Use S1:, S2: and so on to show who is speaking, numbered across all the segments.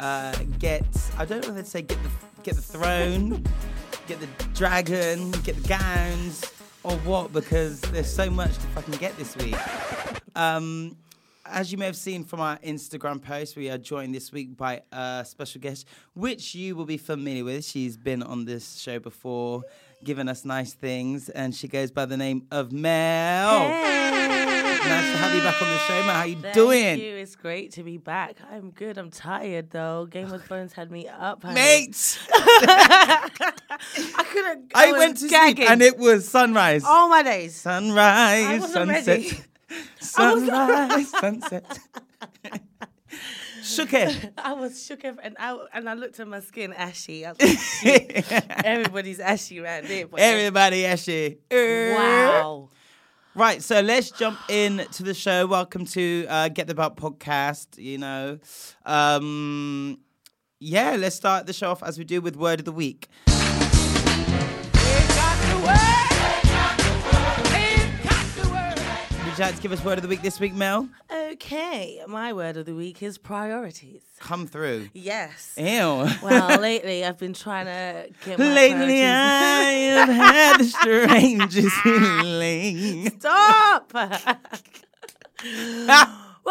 S1: Uh, get I don't know whether to say get the get the throne, get the dragon, get the gowns, or what because there's so much to fucking get this week. Um, as you may have seen from our Instagram post, we are joined this week by a special guest, which you will be familiar with. She's been on this show before, given us nice things, and she goes by the name of Mel. Nice to have you back on the show, Mel. How you
S2: Thank
S1: doing?
S2: you. It's great to be back. I'm good. I'm tired though. Game of Thrones had me up. honey.
S1: Mate,
S2: I couldn't.
S1: I,
S2: was
S1: went to
S2: gagging.
S1: sleep and it was sunrise.
S2: all my days.
S1: Sunrise,
S2: I wasn't
S1: sunset.
S2: ready.
S1: Sunrise, sunset. Shook it.
S2: I was shook up and I and I looked at my skin ashy. I was like, shit. Everybody's ashy right there. But
S1: Everybody, Ashy.
S2: Wow.
S1: Right, so let's jump in to the show. Welcome to uh, Get the Belt podcast. You know, um, yeah, let's start the show off as we do with word of the week. Would you like to give us word of the week this week, Mel?
S2: Okay. My word of the week is priorities.
S1: Come through.
S2: Yes.
S1: Ew.
S2: Well, lately I've been trying to get my
S1: Lately,
S2: priorities-
S1: I have had the strangest feeling.
S2: Stop! well,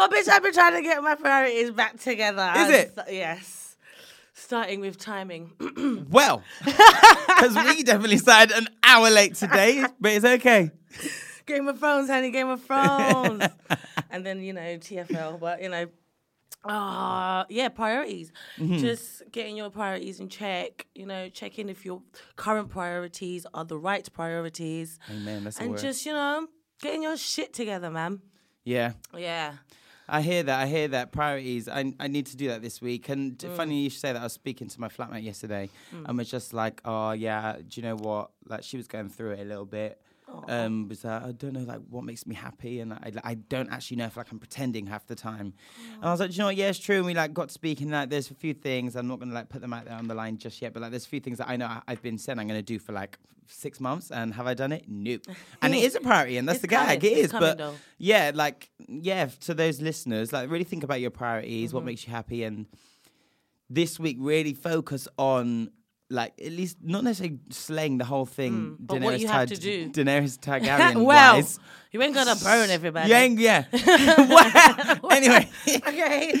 S2: bitch, I've been trying to get my priorities back together.
S1: Is
S2: I'm
S1: it?
S2: so- yes. Starting with timing.
S1: Well, because we definitely started an hour late today, but it's okay.
S2: Game of Thrones, honey, Game of Thrones. and then, you know, TFL, but, you know, uh, yeah, priorities.
S1: Mm-hmm.
S2: Just getting your priorities in check, you know, checking if your current priorities are the right priorities.
S1: Amen. That's a
S2: And
S1: word.
S2: just, you know, getting your shit together, man.
S1: yeah.
S2: Yeah.
S1: I hear that. I hear that. Priorities. I, I need to do that this week. And
S2: Mm.
S1: funny you should say that. I was speaking to my flatmate yesterday and was just like, oh, yeah, do you know what? Like, she was going through it a little bit. Um, was like, I don't know, like, what makes me happy? And I, I don't actually know if, like, I'm pretending half the time. And I was like, do you know what? Yeah, it's true. And we, like, got to speaking. Like, there's a few things. I'm not going to, like, put them out there on the line just yet. But, like, there's a few things that I know I, I've been saying I'm going to do for, like, six months. And have I done it? Nope. and it is a priority. And that's
S2: It's
S1: the gag.
S2: coming.
S1: It
S2: It's
S1: is.
S2: coming,
S1: but,
S2: though.
S1: yeah, like yeah, f- to those listeners, like really think about your priorities,
S2: Mm-hmm.
S1: what makes you happy, and this week really focus on like at least not necessarily slaying the whole thing.
S2: Mm, but what you have to do.
S1: Daenerys Targaryen
S2: well,
S1: wise.
S2: you ain't gonna burn everybody.
S1: You ain't- yeah. Well, anyway,
S2: okay.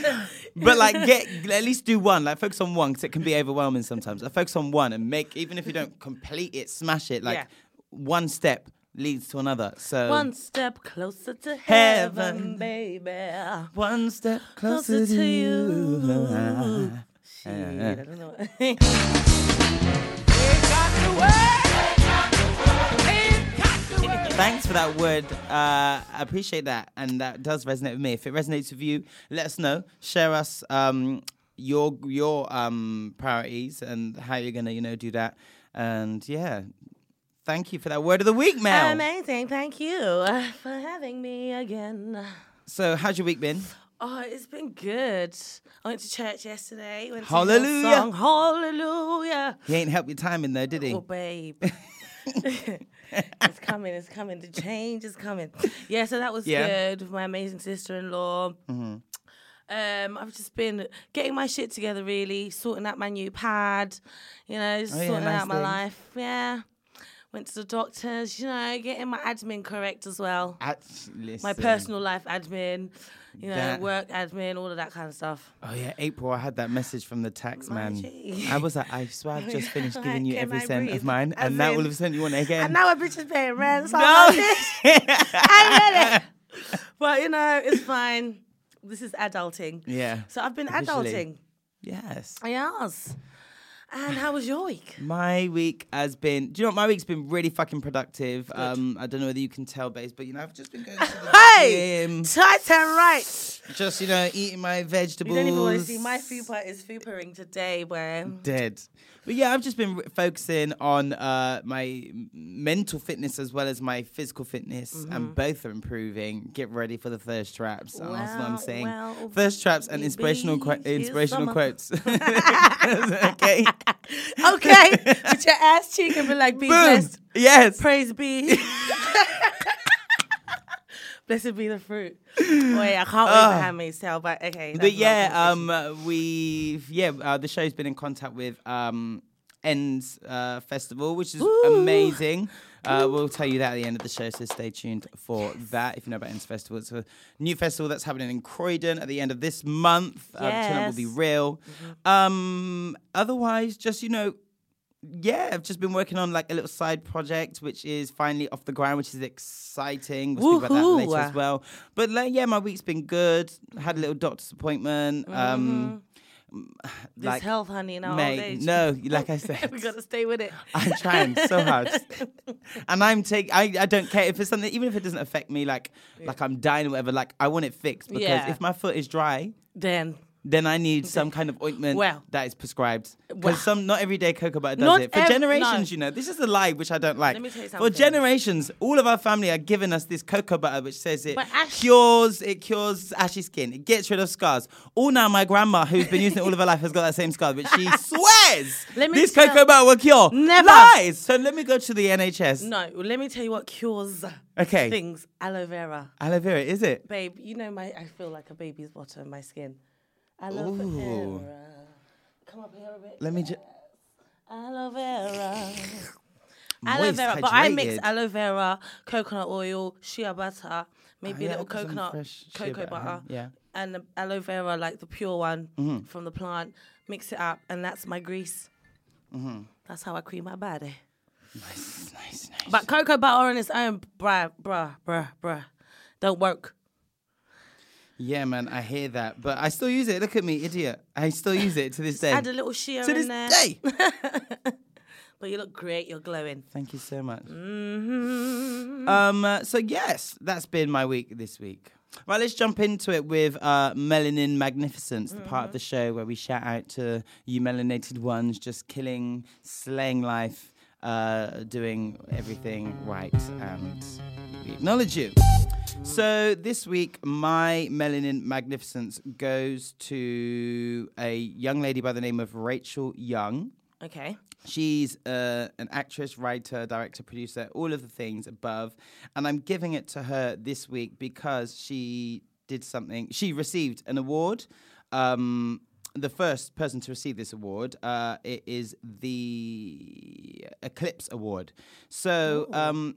S1: but like get at least do one. Like focus on one because it can be overwhelming sometimes. Like focus on one and make even if you don't complete it, smash it. Like
S2: Yeah.
S1: one step leads to another. So
S2: One step closer to
S1: Heaven.
S2: heaven, baby.
S1: one step closer,
S2: Closer
S1: to
S2: to
S1: you.
S2: you. Shit, I don't know.
S1: Thanks for that word. Uh, I appreciate that, and that does resonate with me. If it resonates with you, let us know. Share us um, your your um, priorities and how you're gonna you know do that. And yeah, thank you for that word of the week, Mel.
S2: Amazing. Thank you uh, for having me again.
S1: so how's your week been?
S2: Oh, it's been good. I went to church yesterday. Went to
S1: Hallelujah.
S2: Hallelujah. Song. Hallelujah.
S1: He ain't helped your timing though, did he?
S2: Oh, babe. it's coming, it's coming. The change is coming. Yeah, so that was
S1: Yeah. Mm-hmm.
S2: good with my amazing sister in law. Um, I've just been getting my shit together, really, sorting out my new pad, you know, just
S1: Oh, yeah,
S2: sorting
S1: nice
S2: out my
S1: things.
S2: life. Yeah. Went to the doctors, you know, getting my admin correct as well.
S1: At,
S2: My
S1: listen.
S2: personal life admin, you know,
S1: That-
S2: work admin, all of that kind of stuff.
S1: Oh yeah, April. I had that message from the tax man.
S2: Margie.
S1: I was like, I swear, I've just finished
S2: Oh, Like,
S1: giving you
S2: can
S1: every
S2: I
S1: cent of
S2: breathe?
S1: mine,
S2: As
S1: and now
S2: in-
S1: all of a sudden you want it again.
S2: And now a bitch is paying rent. So
S1: No.
S2: I'm like, bitch, I read it. But you know, it's fine. This is adulting.
S1: Yeah.
S2: So I've been
S1: Officially.
S2: adulting.
S1: yes.
S2: Yes. And how was your week?
S1: My week has been. Do you know what? My week's been really fucking productive. Um, I don't know whether you can tell, babes, but you know, I've just been going to the
S2: Hey!
S1: gym,
S2: Tight and right.
S1: just you know, eating my
S2: You
S1: vegetables.
S2: don't even want to see my fupa is fupering today, where
S1: dead. But yeah, I've just been re- focusing on uh, my m- mental fitness as well as my physical fitness,
S2: Mm-hmm.
S1: and both are improving. Get ready for the thirst traps. and that's what I'm
S2: Well,
S1: saying.
S2: well,
S1: thirst traps and inspirational qu-
S2: baby, here's
S1: inspirational
S2: some-
S1: quotes. okay.
S2: okay, with your ass cheek and be like,
S1: Boom.
S2: be blessed.
S1: Yes.
S2: Praise be. Blessed be the fruit. Wait, I can't wait for handmaid's tale, Ah. but okay.
S1: but
S2: that's
S1: yeah,
S2: another
S1: um, uh, we've yeah, uh, the show's been in contact with um, Ends uh, Festival, which is amazing. Uh, we'll tell you that at the end of the show, so stay tuned for that. If you know about Ends Festival, it's a new festival that's happening in Croydon at the end of this month. Uh, the turnout will be
S2: Yes. Mm-hmm.
S1: real. Um, otherwise, just you know, yeah, I've just been working on like a little side project, which is finally off the ground, which is exciting. We'll speak about that later
S2: Woohoo.
S1: as well. But like, yeah, my week's been good. Had a little doctor's appointment. Um,
S2: Mm-hmm. This health, honey, in our old
S1: mate,
S2: age.
S1: no, like I said,
S2: we gotta stay with it.
S1: I'm trying so hard, and I'm take. I, I don't care if it's something, even if it doesn't affect me, like like I'm dying or whatever. Like I want it fixed because
S2: Yeah.
S1: if my foot is dry,
S2: Then
S1: then I need some kind of ointment
S2: Well.
S1: that is prescribed. Because
S2: Well.
S1: some not everyday cocoa butter does
S2: Not
S1: it. For
S2: ev-
S1: generations,
S2: no.
S1: you know, this is a lie which I don't like.
S2: Let me tell you
S1: For
S2: something.
S1: generations, all of our family are giving us this cocoa butter which says it
S2: But ash-
S1: cures it cures ashy skin, it gets rid of scars. All now my grandma who's been using it all of her life has got that same scar, but she swears
S2: Let me
S1: this
S2: tell-
S1: cocoa butter will cure.
S2: Never.
S1: lies. So let me go to the NHS.
S2: no, let me tell you what cures
S1: Okay.
S2: things. Aloe vera.
S1: Aloe vera, is it?
S2: Babe, you know my I feel like a baby's bottom, my skin. Aloe
S1: Ooh.
S2: vera. Come up here a bit.
S1: Let me just
S2: Aloe vera. Aloe vera, but I mix aloe vera, coconut oil, shea butter, maybe
S1: yeah,
S2: a little
S1: I've got some
S2: coconut,
S1: fresh shea
S2: cocoa
S1: butter,
S2: butter,
S1: yeah.
S2: and the aloe vera, like the pure one
S1: Mm-hmm.
S2: from the plant. Mix it up, and that's my grease.
S1: Mm-hmm.
S2: That's how I cream my body.
S1: nice, nice.
S2: But cocoa butter on its own, bruh, bruh, bruh, bruh, don't work.
S1: Yeah, man, I hear that, but I still use it. Look at me, idiot! I still use it to this day.
S2: Add a little shea
S1: to this
S2: in there.
S1: day.
S2: But you look great. You're glowing.
S1: Thank you so much. Um, uh, so yes, that's been my week this week. Right, let's jump into it with uh, Melanin Magnificence, the part of the show where we shout out to you melanated ones just killing, slaying life, uh, doing everything right, and we acknowledge you. So this week, my Melanin Magnificence goes to a young lady by the name of Rachel Young.
S2: Okay.
S1: She's uh, an actress, writer, director, producer, all of the things above. And I'm giving it to her this week because she did something. She received an award. Um, the first person to receive this award, uh, it is the Eclipse Award. So um,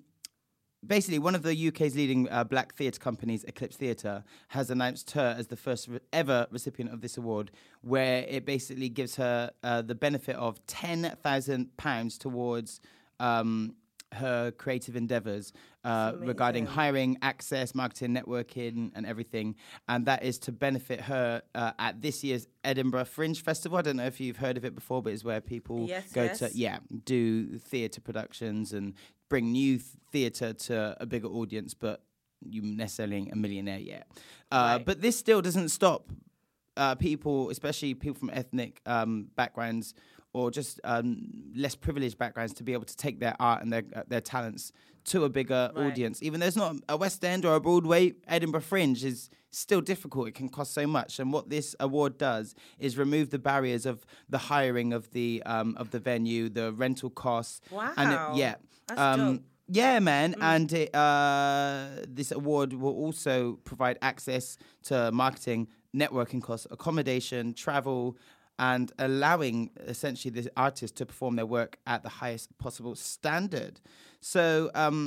S1: basically one of the UK's leading uh, black theatre companies, Eclipse Theatre, has announced her as the first re- ever recipient of this award, where it basically gives her uh, the benefit of ten thousand pounds towards. Um, her creative endeavors uh, regarding hiring, access, marketing, networking, and everything. And that is to benefit her uh, at this year's Edinburgh Fringe Festival. I don't know if you've heard of it before, but it's where people
S2: Yes,
S1: go to,
S2: yes.
S1: yeah, do theatre productions and bring new theatre to a bigger audience, but you necessarily ain't a millionaire yet. Uh, But this still doesn't stop uh, people, especially people from ethnic um, backgrounds or just um, less privileged backgrounds, to be able to take their art and their uh, their talents to a bigger
S2: Right.
S1: audience. Even though it's not a West End or a Broadway, Edinburgh Fringe is still difficult. It can cost so much. And what this award does is remove the barriers of the hiring of the um, of the venue, the rental costs. And it-
S2: Wow.
S1: yeah. Um,
S2: That's dope. Mm.
S1: yeah, man, and it, uh, this award will also provide access to marketing, networking costs, accommodation, travel, and allowing essentially the artist to perform their work at the highest possible standard. So um,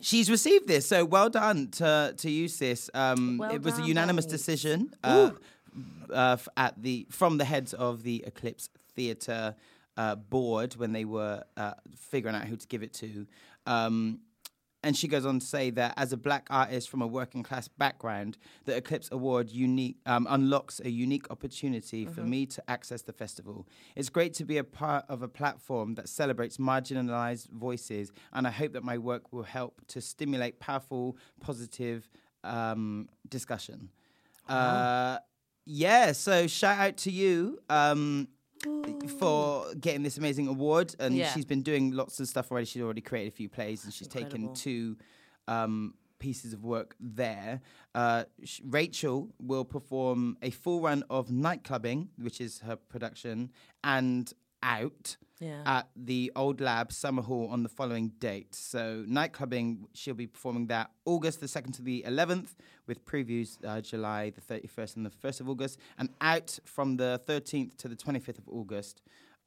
S1: she's received this. So well done to to you, sis. Um,
S2: Well
S1: it was a
S2: done,
S1: unanimous
S2: babes.
S1: decision uh, uh, f- at the from the heads of the Eclipse Theatre uh, board when they were uh, figuring out who to give it to. Um, and she goes on to say that as a black artist from a working class background, the Eclipse Award unique um, unlocks a unique opportunity for me to access the festival. It's great to be a part of a platform that celebrates marginalized voices, and I hope that my work will help to stimulate powerful, positive um, discussion.
S2: Uh-huh.
S1: Uh, yeah, so shout out to you. Um, for getting this amazing award, and
S2: Yeah.
S1: she's been doing lots of stuff already. She's already created a few plays, and she's taken
S2: Incredible.
S1: two um, pieces of work there. Uh, sh- Rachel will perform a full run of Nightclubbing, which is her production, and Out
S2: Yeah.
S1: at the Old Lab Summer Hall on the following date. So, Nightclubbing, she'll be performing that August the 2nd to the 11th, with previews uh, July the 31st and the 1st of August, and Out from the 13th to the 25th of August.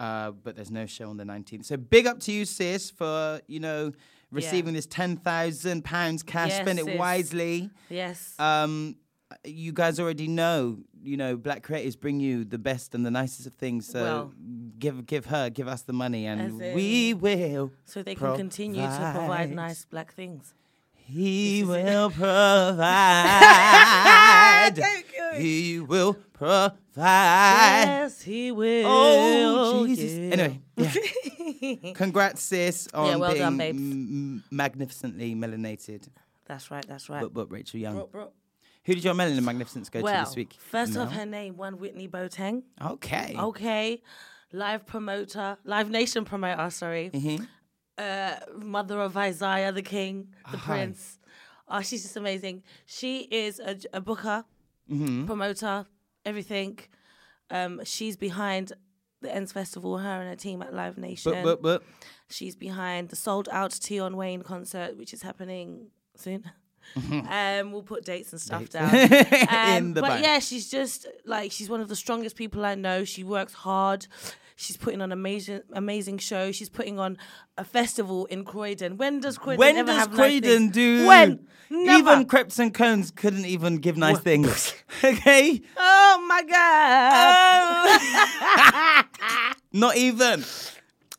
S1: Uh, but there's no show on the 19th. So big up to you, sis, for, you know, receiving this £10,000 cash.
S2: Yes,
S1: Spend it
S2: sis.
S1: wisely.
S2: Yes.
S1: Um, you guys already know, you know, black creators bring you the best and the nicest of things. So
S2: Well.
S1: give give her, give us the money, and
S2: As
S1: we will.
S2: so they can continue to provide nice black things.
S1: He will provide. He will provide.
S2: yes, he will.
S1: Oh Jesus!
S2: yeah.
S1: Anyway, yeah. congrats, sis, on
S2: Yeah, well
S1: being
S2: done, babes.
S1: m- magnificently melanated.
S2: That's right. That's right.
S1: But, but Rachel Young, who did your melanin magnificence go
S2: well,
S1: to this week?
S2: first
S1: No?
S2: off, her name, one Whitney Boateng.
S1: Okay.
S2: Okay. Live promoter, Live Nation promoter, sorry.
S1: Mm-hmm.
S2: Uh, mother of Isaiah the King, the Prince. Oh, she's just amazing. She is a, j- a booker,
S1: Mm-hmm.
S2: promoter, everything. Um, she's behind the Ends Festival, her and her team at Live Nation.
S1: But, but, but.
S2: She's behind the sold out Tion Wayne concert, which is happening soon. um, we'll put dates and stuff down.
S1: In
S2: Um,
S1: the
S2: but
S1: bank.
S2: yeah, she's just like she's one of the strongest people I know. She works hard. She's putting on amazing, amazing show. She's putting on a festival in Croydon. When does Croydon
S1: When
S2: ever
S1: does
S2: have
S1: Croydon
S2: nice things?
S1: do?
S2: When never.
S1: Even crepes and cones couldn't even give nice things. okay?
S2: oh my god!
S1: Uh, Not even.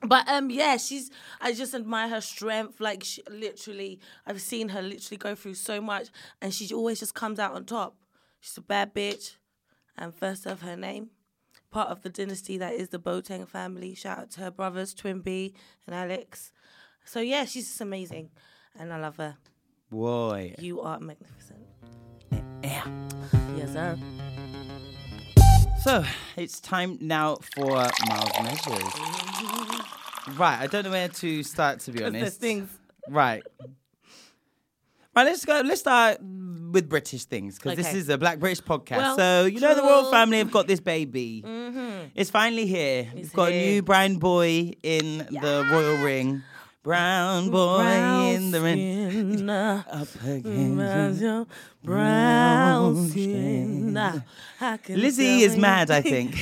S2: But um, yeah, she's. I just admire her strength. Like she, literally, I've seen her literally go through so much, and she always just comes out on top. She's a bad bitch, and first of her name, part of the dynasty that is the Boateng family. Shout out to her brothers, Twin B and Alex. So yeah, she's just amazing, and I love her.
S1: Boy.
S2: You are magnificent. Yes, sir.
S1: So it's time now for Miles Measures. Right, I don't know where to start to be
S2: There's
S1: honest.
S2: things.
S1: Right. Right, let's go. Let's start with British things because this
S2: Okay.
S1: is a Black British podcast.
S2: Well,
S1: so you know the royal
S2: true. Mm-hmm.
S1: family have got this baby. It's finally here. We've got a
S2: here.
S1: new brown boy in the royal ring. Brown boy in the ring.
S2: skin, uh,
S1: Up again.
S2: As your brown skin. I can
S1: Lizzie
S2: tell
S1: is
S2: you-
S1: mad. I think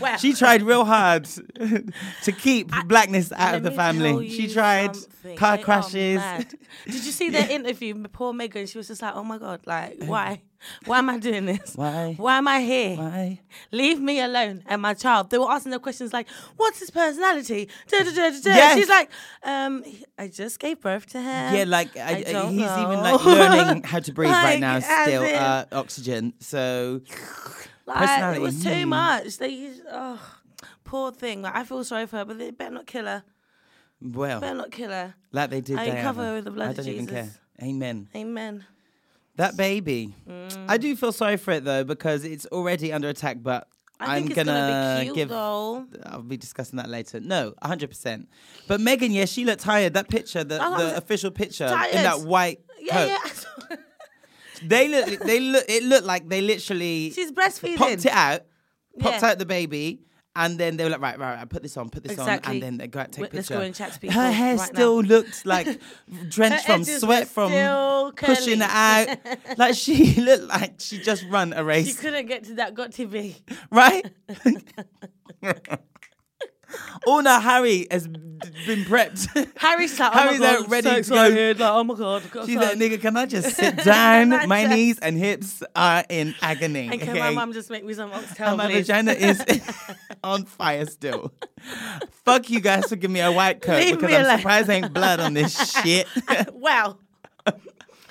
S2: Well,
S1: she tried real hard to keep blackness out of
S2: let
S1: the
S2: me tell
S1: family. She
S2: you
S1: tried
S2: something.
S1: car
S2: They are
S1: crashes.
S2: mad. Did you see their interview? with Poor Megan. She was just like, "Oh my god, like why? Why am I doing this?
S1: Uh, Why?
S2: Why am I here?
S1: Why?
S2: Leave me alone and my child." They were asking her questions like, "What's his personality?" Da, da, da, da, da.
S1: Yes.
S2: She's like, um, he- "I just gave birth to him."
S1: Yeah, like I, I-
S2: Um, don't
S1: he's even
S2: know.
S1: like learning how to breathe right
S2: Like,
S1: now.
S2: as
S1: Still,
S2: in-
S1: uh, oxygen. So
S2: Like, it was
S1: Personality.
S2: too much. They, oh, poor thing. Like, I feel sorry for her, but they better not kill her. Better
S1: well,
S2: not kill her.
S1: like they did.
S2: I
S1: Diana.
S2: cover her with the blood
S1: I
S2: of
S1: don't even care.
S2: Jesus.
S1: Amen.
S2: Amen. Mm.
S1: That baby. I do feel sorry for it though because it's already under attack, but
S2: I
S1: I'm
S2: think it's gonna,
S1: gonna
S2: be cute
S1: give-
S2: though.
S1: I'll be discussing that later. No, 100%. But Megan, yeah, she looked tired. That picture, the,
S2: I was
S1: the official picture in
S2: tired.
S1: that white
S2: Yeah,
S1: coat.
S2: yeah.
S1: They look, they look, it looked like they literally
S2: She's
S1: popped
S2: breastfeeding.
S1: it out, popped
S2: Yeah.
S1: out the baby, and then they were like, right, right, right, put this on, put this on,
S2: Exactly.
S1: and then they go out, take a
S2: Wait,
S1: picture.
S2: let's go and chat to people
S1: Her hair
S2: right now.
S1: still looked like drenched
S2: Her
S1: from
S2: edges were
S1: sweat from
S2: still
S1: pushing it out. like she looked like she just run a
S2: She
S1: race,
S2: couldn't get to that got TV.
S1: right? Oh no, Harry has b- been prepped.
S2: Harry's like, oh
S1: Harry's
S2: my
S1: out
S2: god,
S1: ready to
S2: so
S1: go.
S2: excited. Like, oh my god, I've got
S1: She's
S2: a
S1: like,
S2: son.
S1: nigga, can I just sit down?
S2: Can I
S1: My
S2: just-
S1: knees and hips are in agony.
S2: And can my
S1: okay?
S2: mum just make me some oxtail,
S1: And my
S2: Oh, please?
S1: vagina is on fire still. Fuck you guys for giving me a white coat
S2: Leave
S1: because
S2: me
S1: I'm
S2: alone.
S1: surprised there ain't blood on this shit.
S2: Wow.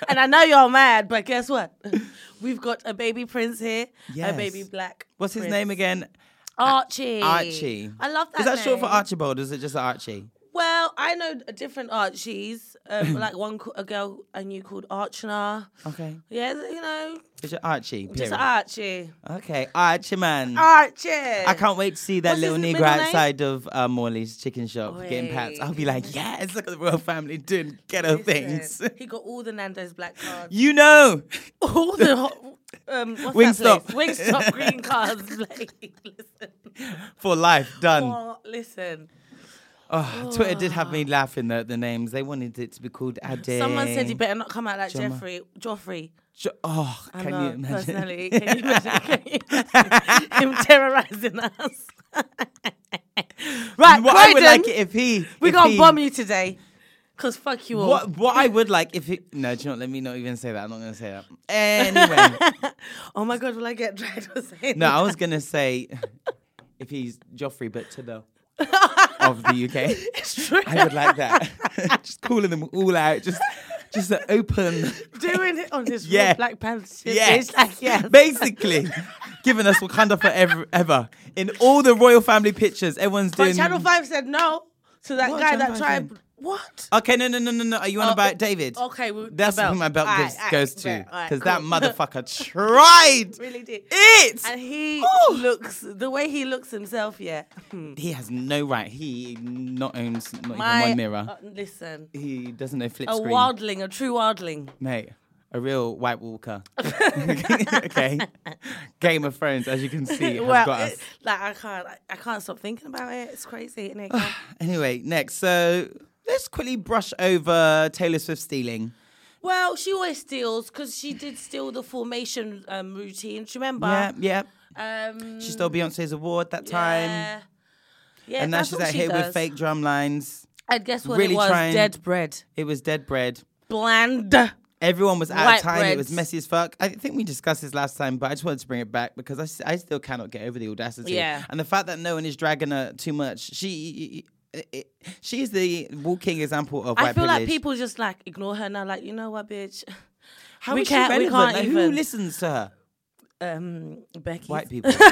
S2: and I know you're mad, but guess what? We've got a baby prince here.
S1: Yes.
S2: A baby black.
S1: What's his
S2: prince.
S1: name again?
S2: Archie.
S1: Archie.
S2: I love that.
S1: Is that short for
S2: name.
S1: Archibald? Or is it just Archie?
S2: Well, I know different Archies. Um, like one, ca- a girl I knew called Archana.
S1: Okay,
S2: Yeah, you know,
S1: it's your Archie.
S2: just
S1: period.
S2: Archie.
S1: okay, Archie man.
S2: Archie.
S1: Uh, I can't wait to see that
S2: What's his
S1: little
S2: middle
S1: Negro
S2: name?
S1: outside of uh, Morley's chicken shop getting pats.
S2: Wait.
S1: I'll be like, yes, look at the royal family doing ghetto things.
S2: He got all the Nando's black cards.
S1: you know,
S2: all the ho- um, what's
S1: Wingstop.
S2: that place? Wingstop green cards. Like, listen.
S1: for life, done.
S2: Oh, listen.
S1: Oh, Twitter did have me laughing at the names. They wanted it to be called Ade.
S2: Someone said you better not come out like
S1: Gemma.
S2: Jeffrey. Joffrey.
S1: Jo- oh,
S2: I
S1: can
S2: know,
S1: you imagine?
S2: personally. Can you imagine, can you imagine him terrorizing us? right,
S1: what I would
S2: Croydon,
S1: like it if he.
S2: we're
S1: if
S2: going
S1: he-
S2: to bomb you today. Because fuck you all.
S1: What, what I would like if he. No, do you know what? Let me not even say that. I'm not going to say that. Anyway.
S2: Oh my God, will I get dragged for saying
S1: no,
S2: that?
S1: I was going to say if he's Joffrey, but to the. of the UK. I would like that. just calling them all out. Just just an open.
S2: Doing it on this
S1: Yeah.
S2: yeah. Black Panther shit.
S1: Yes.
S2: It's like, yes.
S1: Basically, giving us Wakanda forever. Ever. In all the royal family pictures, everyone's
S2: But
S1: doing.
S2: Channel 5 said no to that
S1: What
S2: guy
S1: Channel
S2: that
S1: 5
S2: tried.
S1: said? Uh,
S2: What?
S1: Okay, no, no, no, no, no. Are you on
S2: Oh,
S1: about
S2: it-
S1: David?
S2: okay, well,
S1: that's
S2: the
S1: who my belt
S2: belt.
S1: gives,
S2: Alright,
S1: goes
S2: alright,
S1: to
S2: fair, alright,
S1: because that
S2: cool.
S1: motherfucker tried.
S2: Really did.
S1: It.
S2: And he
S1: Ooh.
S2: looks, the way he looks himself, yeah.
S1: he has no right. He not owns not
S2: My,
S1: even one mirror.
S2: uh, listen.
S1: he doesn't know flip
S2: A
S1: screen,
S2: wildling, a true wildling.
S1: mate. A real White Walker. okay. Game of Thrones, as you can see, has got us.
S2: it- like I can't, I, I can't stop thinking about it. It's crazy. Isn't it? girl?
S1: Anyway, next. So let's quickly brush over Taylor Swift stealing.
S2: well, she always steals because she did steal the formation um, routine. Do you remember?
S1: yeah, yeah.
S2: Um,
S1: She stole Beyonce's award that time.
S2: yeah. Yeah,
S1: And now
S2: that's
S1: she's
S2: all
S1: out
S2: she
S1: here with
S2: does.
S1: fake drum lines.
S2: And guess what?
S1: really
S2: it was
S1: trying-
S2: dead bread,
S1: It was dead bread.
S2: bland.
S1: Everyone was out of
S2: White
S1: time. It was
S2: breads.
S1: messy as fuck. I think we discussed this last time, but I just wanted to bring it back because I, s- I still cannot get over the audacity.
S2: Yeah.
S1: And the fact that no one is dragging her too much. She it, she is the walking example of
S2: I
S1: white
S2: feel like
S1: privilege.
S2: people just like ignore her now. Like you know what, bitch?
S1: How
S2: we
S1: is she
S2: can't- we
S1: relevant?
S2: can't
S1: Like, Who
S2: even-
S1: listens to her?
S2: Um, Becky.
S1: White people.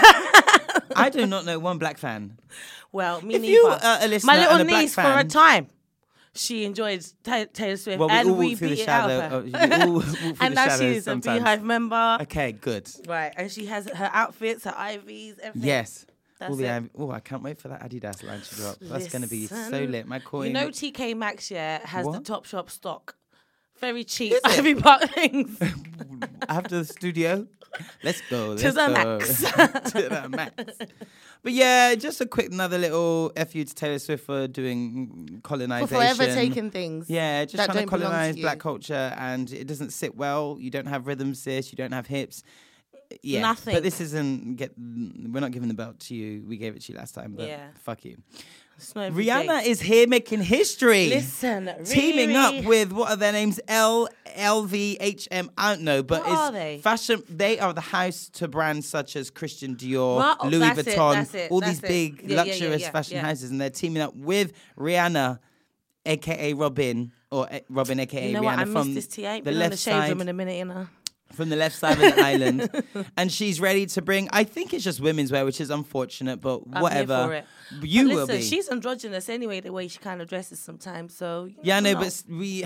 S1: I do not know one black fan.
S2: Well, me
S1: If
S2: neither.
S1: you are a listener
S2: My little
S1: and a black
S2: niece for
S1: fan-
S2: a time. She enjoyed Ta- Taylor Swift,
S1: Well, we
S2: and
S1: all
S2: we
S1: walk through the
S2: beat it out of
S1: shadow.
S2: her.
S1: Of, we all walk through
S2: and
S1: the
S2: now
S1: shadows
S2: she's
S1: sometimes.
S2: a Beehive member.
S1: Okay, good.
S2: Right, and she has her outfits, her IVs, everything.
S1: Yes.
S2: That's
S1: all the
S2: it.
S1: Am- oh, I can't wait for that Adidas line to drop. That's going to be so
S2: Listen,
S1: lit. My coin.
S2: You know, TK Maxx yeah has
S1: What?
S2: the Topshop stock, very cheap Ivy Park things.
S1: after the studio. Let's go. Let's
S2: the
S1: go.
S2: max.
S1: to the max. But yeah, just a quick another little F you to Taylor Swift for doing colonization.
S2: Forever taking things.
S1: Yeah, just
S2: that
S1: trying to
S2: don't belong to
S1: colonize
S2: you.
S1: black culture and it doesn't sit well. You don't have rhythm, sis. You don't have hips. Yeah. But
S2: Nothing.
S1: this isn't get we're not giving the belt to you. We gave it to you last time, but
S2: Yeah.
S1: fuck you.
S2: It's not every
S1: Rihanna
S2: day.
S1: is here making history.
S2: Listen,
S1: Teaming up
S2: Riri-
S1: with what are their names? L L V H M. I don't know, but
S2: What
S1: it's
S2: are they?
S1: fashion. They are the house to brands such as Christian Dior,
S2: Right, oh,
S1: Louis
S2: that's it,
S1: Vuitton,
S2: that's it,
S1: all these
S2: that's it.
S1: big
S2: Yeah, yeah, yeah,
S1: luxurious
S2: yeah,
S1: fashion
S2: yeah.
S1: houses, and they're teaming up with Rihanna, aka Robin, or eh, Robin, aka
S2: You know
S1: Rihanna
S2: what? I
S1: from
S2: miss this TA.
S1: the
S2: Been on
S1: left
S2: the shade
S1: side.
S2: room in a minute, you know.
S1: from the left side of the island, and she's ready to bring. I think it's just women's wear, which is unfortunate, but
S2: I'm here
S1: whatever.
S2: for it.
S1: You
S2: But
S1: will
S2: listen,
S1: be.
S2: She's androgynous anyway, the way she kind of dresses sometimes. So you
S1: yeah,
S2: I
S1: no,
S2: don't
S1: but s- we,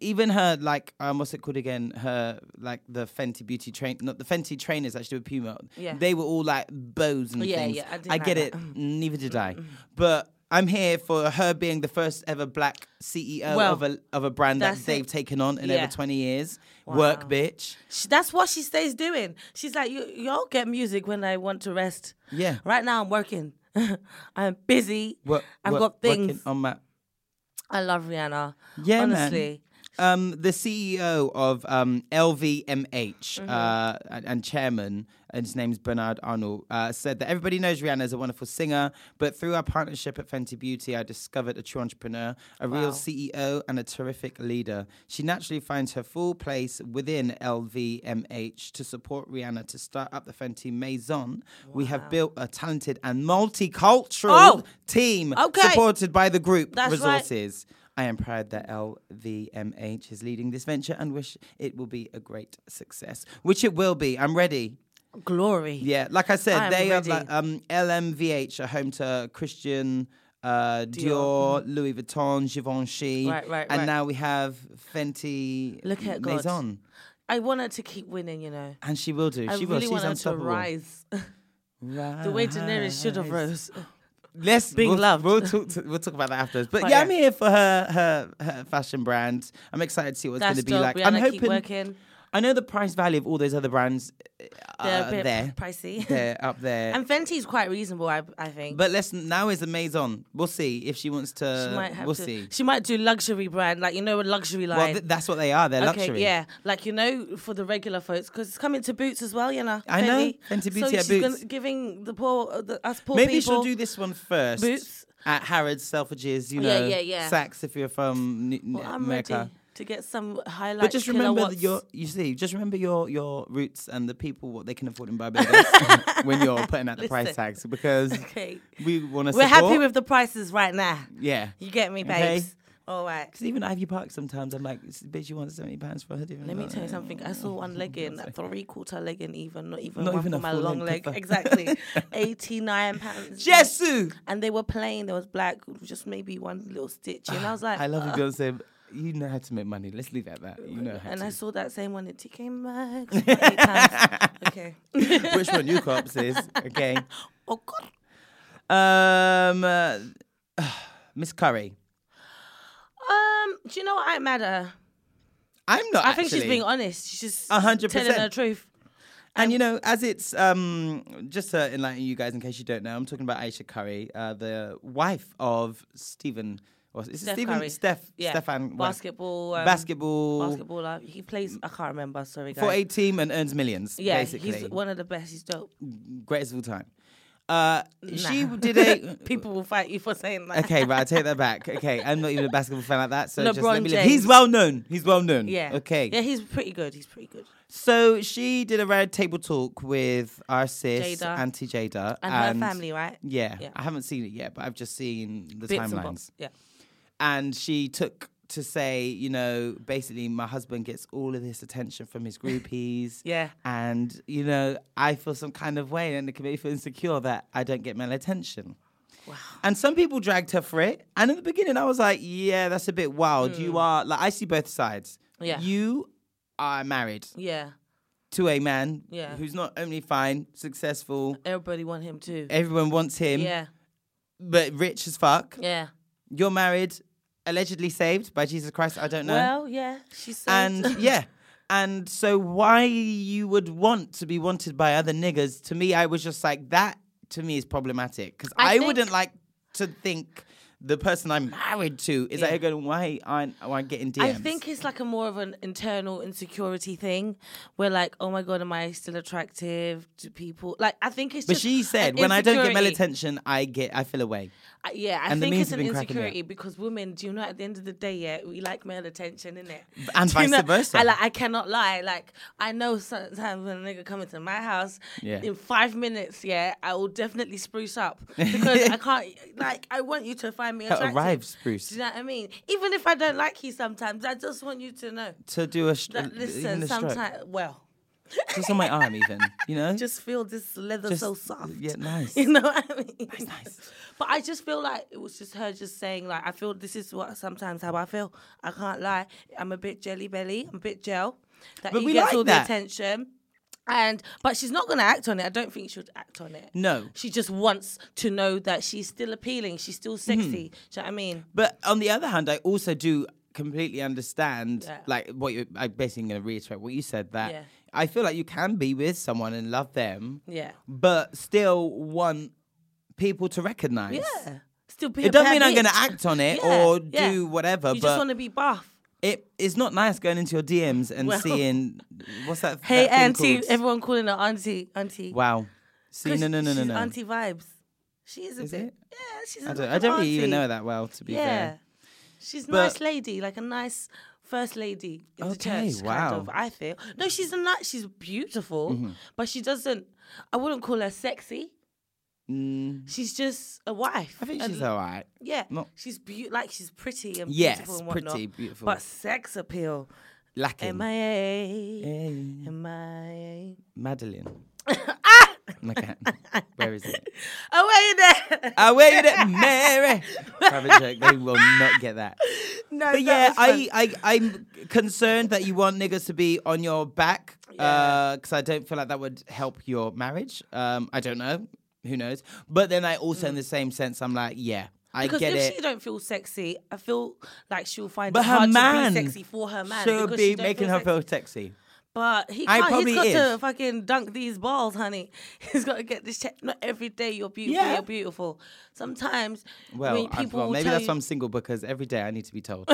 S1: even her like, um, what's it called again? Her like the Fenty Beauty train, not the Fenty trainers actually with Puma.
S2: Yeah. Oh,
S1: they were all like bows and
S2: Yeah,
S1: things.
S2: yeah, I didn't
S1: I
S2: like
S1: get
S2: that.
S1: it. Neither did I. But I'm here for her being the first ever black CEO
S2: Well,
S1: of a of a brand that
S2: that's
S1: they've
S2: it.
S1: taken on in
S2: Yeah.
S1: over 20 years. Work, bitch.
S2: She, that's what she stays doing. She's like, you, y'all get music when I want to rest.
S1: Yeah.
S2: Right now, I'm working. I'm busy.
S1: Work,
S2: I've
S1: work-
S2: got
S1: working
S2: things.
S1: on my
S2: I love Rihanna.
S1: Yeah, man.
S2: honestly.
S1: Um, the CEO of um, LVMH
S2: Mm-hmm.
S1: uh, and, and chairman, and his name's Bernard Arnault, uh, said that everybody knows Rihanna is a wonderful singer, but through our partnership at Fenty Beauty, I discovered a true entrepreneur, a real CEO, and a terrific leader. She naturally finds her full place within LVMH to support Rihanna to start up the Fenty Maison. We have built a talented and multicultural
S2: Oh!
S1: team
S2: Okay.
S1: supported by the group
S2: That's right.
S1: resources is. I am proud that LVMH is leading this venture and wish it will be a great success, which it will be. I'm ready.
S2: Glory.
S1: Yeah, like I said,
S2: I am
S1: they
S2: ready.
S1: are like, um, LMVH are home to Christian uh, Dior, Louis Vuitton, Givenchy,
S2: Mm-hmm. Right, right,
S1: and
S2: right.
S1: now we have Fenty
S2: Look at God.
S1: Maison,
S2: I want her to keep winning, you know.
S1: and she will do.
S2: I
S1: she will.
S2: really
S1: She's
S2: want her to
S1: unstoppable.
S2: rise. the way Daenerys should have
S1: Rise.
S2: rose.
S1: Let's
S2: Being
S1: we'll,
S2: loved.
S1: We'll talk. To, we'll talk about that afterwards. But,
S2: But
S1: yeah, I'm
S2: yeah.
S1: here for her, her her fashion brand. I'm excited to see what it's going
S2: That's
S1: to be
S2: dope.
S1: like.
S2: Rihanna
S1: I'm
S2: keep working.
S1: I know the price value of all those other brands. uh,
S2: They're
S1: are
S2: a bit
S1: there.
S2: pricey.
S1: They're up there.
S2: And Fenty's quite reasonable, I, I think.
S1: but let's now is the maison. We'll see if she wants to.
S2: she might have
S1: uh, we'll
S2: to,
S1: see.
S2: She might do luxury brand, like you know, a luxury line.
S1: Well, th- that's what they are. They're
S2: Okay,
S1: luxury.
S2: yeah, like you know, for the regular folks, because it's coming to Boots as well, you know.
S1: I know, Fenty
S2: So
S1: Beauty at
S2: she's
S1: Boots.
S2: Gonna, giving the poor, uh, the, us poor
S1: Maybe
S2: people.
S1: she'll do this one first.
S2: Boots. Oh,
S1: At Harrods, Selfridges, you know,
S2: Yeah, yeah, yeah.
S1: Saks if you're from N-
S2: Well,
S1: N-
S2: I'm
S1: America.
S2: ready to get some highlights.
S1: But just remember that your you see, just remember your your roots and the people what they can afford in Barbados when you're putting out the price
S2: Listen.
S1: tags because
S2: Okay.
S1: we want to.
S2: We're happy with the prices right now.
S1: yeah.
S2: You get me,
S1: Okay.
S2: babes. All right.
S1: Because even Ivy Park sometimes I'm like, "S- bitch, you want seventy pounds for a hoodie?
S2: Let me tell you something. I saw one legging, a three quarter legging, even not even
S1: Not
S2: one
S1: even
S2: for
S1: a
S2: my
S1: full
S2: long
S1: length
S2: leg.
S1: of-
S2: Exactly, eighty nine pounds.
S1: Jesu,
S2: And they were plain. There was black, just maybe one little stitch, and I was like, uh,
S1: I love
S2: "Ugh."
S1: you, Beyonce. You know how to make money. Let's leave it at that. You know how
S2: And
S1: to.
S2: I saw that same one at TK Maxx. for eight pounds. okay.
S1: Which one you cops is okay?
S2: Oh God.
S1: Um, uh, Miss Curry.
S2: Um, do you know what? I'm mad at her.
S1: I'm not.
S2: I think she's
S1: actually.
S2: being honest. She's just
S1: A hundred
S2: telling her
S1: percent.
S2: truth.
S1: And you know, as it's um, just to enlighten you guys in case you don't know, I'm talking about Aisha Curry, uh, the wife of Stephen. Or is it
S2: Steph
S1: Stephen?
S2: Curry.
S1: Steph.
S2: Yeah.
S1: Stefan. what-
S2: Basketball. Um,
S1: basketball.
S2: Basketballer. He plays. I can't remember. Sorry, guys.
S1: For a team and earns millions.
S2: yeah,
S1: basically.
S2: he's one of the best. He's dope.
S1: Greatest of all time. Uh, She
S2: Nah.
S1: did a.
S2: People will fight you for saying that.
S1: Okay, right. I take that back. Okay, I'm not even a basketball fan like that. So just let
S2: LeBron
S1: me live. He's
S2: James.
S1: well known. He's well known.
S2: Yeah.
S1: Okay.
S2: Yeah, he's pretty good. He's pretty good.
S1: So she did a round table talk with our sis,
S2: Jada.
S1: Auntie Jada,
S2: And, her family, right?
S1: Yeah,
S2: Yeah.
S1: I haven't seen it yet, but I've just seen the
S2: Bits and
S1: timelines.
S2: bobs. Yeah.
S1: And she took to say, you know, basically, my husband gets all of this attention from his groupies.
S2: Yeah.
S1: And, you know, I feel some kind of way and it can make me feel insecure that I don't get male attention. Wow. And some people dragged her for it. And in the beginning, I was like, yeah, that's a bit wild. You are, like, I see both sides.
S2: Hmm. Yeah.
S1: You are married
S2: Yeah.
S1: to a man
S2: Yeah.
S1: who's not only fine, successful,
S2: Everybody want him too.
S1: everyone wants him,
S2: Yeah.
S1: but rich as fuck.
S2: Yeah.
S1: You're married, allegedly saved by Jesus Christ. I don't know.
S2: Well, yeah. She's so
S1: and yeah. And so why you would want to be wanted by other niggas, to me, I was just like, that to me is problematic. Because I,
S2: I
S1: wouldn't
S2: think-
S1: like to think the person I'm married to is like, going, why aren't why aren't I getting DMs?
S2: I think it's like a more of an internal insecurity thing. Where like, oh my god, am I still attractive to people? Like, I think it's.
S1: but
S2: just
S1: she
S2: an
S1: said, when I don't get male
S2: insecurity.
S1: attention, I get I feel away.
S2: I- Yeah, I
S1: And the
S2: think
S1: memes
S2: it's
S1: have
S2: an
S1: been cracking me up.
S2: insecurity because women, do you know, at the end of the day, yeah, we like male attention, innit?
S1: and
S2: Do
S1: vice
S2: you know-
S1: versa.
S2: I, like, I cannot lie. Like, I know sometimes when a nigga come into my house,
S1: Yeah.
S2: in five minutes, yeah, I will definitely spruce up because I can't, like, I want you to find me attractive.
S1: arrive spruce.
S2: Do you know what I mean? Even if I don't like you sometimes, I just want you to know
S1: To do a, sh-
S2: that,
S1: even
S2: listen,
S1: a stroke.
S2: sometimes, well,
S1: Just on my arm, even. You know?
S2: just feel this leather so
S1: Just-
S2: soft.
S1: Yeah, nice.
S2: You know what I mean? Nice, nice. But I just feel like it was just her just saying like I feel this is what sometimes how I feel. I can't lie. I'm a bit jelly belly. I'm a bit gel. That
S1: But
S2: he
S1: we
S2: gets
S1: like
S2: all
S1: that.
S2: the attention. And but she's not gonna act on it. I don't think she'll act on it.
S1: No.
S2: She just wants to know that she's still appealing. She's still
S1: Mm-hmm.
S2: sexy. Do you know what I mean?
S1: But on the other hand, I also do completely understand,
S2: Yeah.
S1: like what you. I'm basically going to reiterate what you said. That
S2: Yeah.
S1: I feel like you can be with someone and love them,
S2: Yeah.
S1: but still want people to recognize.
S2: Yeah. Still be
S1: It
S2: a
S1: doesn't
S2: bad
S1: mean I'm going to
S2: bitch.
S1: act on it
S2: Yeah,
S1: or
S2: yeah.
S1: do whatever.
S2: You
S1: but
S2: just wanna be buff.
S1: it it's not nice going into your DMs and
S2: Well-
S1: seeing what's that?
S2: Hey
S1: that thing
S2: auntie,
S1: called?
S2: everyone calling her auntie, auntie.
S1: Wow. See,
S2: 'Cause
S1: no, no, no, no,
S2: she's
S1: no.
S2: Auntie vibes. She is a
S1: Is
S2: bit.
S1: it?
S2: Yeah, she's.
S1: I
S2: a
S1: don't,
S2: like
S1: I
S2: an
S1: don't really even
S2: auntie.
S1: know that well, to be
S2: Yeah,
S1: fair.
S2: she's a
S1: But-
S2: nice lady, like a nice first lady in the
S1: Okay,
S2: church.
S1: wow. Mm-hmm.
S2: Kind of, I feel. No, she's a nice. She's beautiful, but she doesn't. I wouldn't call her sexy.
S1: Mm,
S2: She's just a wife.
S1: I think
S2: a
S1: she's
S2: l-
S1: all right.
S2: Yeah,
S1: not-
S2: she's beautiful. Like she's pretty and
S1: Yes,
S2: beautiful and whatnot.
S1: pretty, beautiful.
S2: But sex appeal.
S1: Lacking.
S2: MIA.
S1: Hey.
S2: MIA.
S1: Madeline. My cat. Where is it?
S2: Oh wait there.
S1: I waited, Mary. Private joke. They will not get that.
S2: no,
S1: But
S2: that
S1: yeah,
S2: was fun.
S1: I, I, I'm concerned that you want niggas to be on your back because
S2: Yeah.
S1: I don't feel like that would help your marriage. Um, I don't know. Who knows? But then I also, in the same sense, I'm like, yeah, I
S2: Mm. Because
S1: get
S2: if
S1: it.
S2: she don't feel sexy, I feel like she'll find
S1: But
S2: it
S1: her
S2: hard
S1: man
S2: to be sexy for her man.
S1: She'll
S2: because
S1: be
S2: she don't
S1: making
S2: feel
S1: her feel
S2: sexy.
S1: sexy.
S2: But he
S1: I
S2: can't.
S1: probably
S2: He's got
S1: is.
S2: to fucking dunk these balls, honey. He's got to get this check. Not every day you're beautiful.
S1: Yeah.
S2: You're beautiful. Sometimes
S1: Well,
S2: when
S1: I've-
S2: people
S1: well,
S2: will
S1: maybe
S2: tell
S1: that's
S2: you,
S1: why I'm single because every day I need to be told.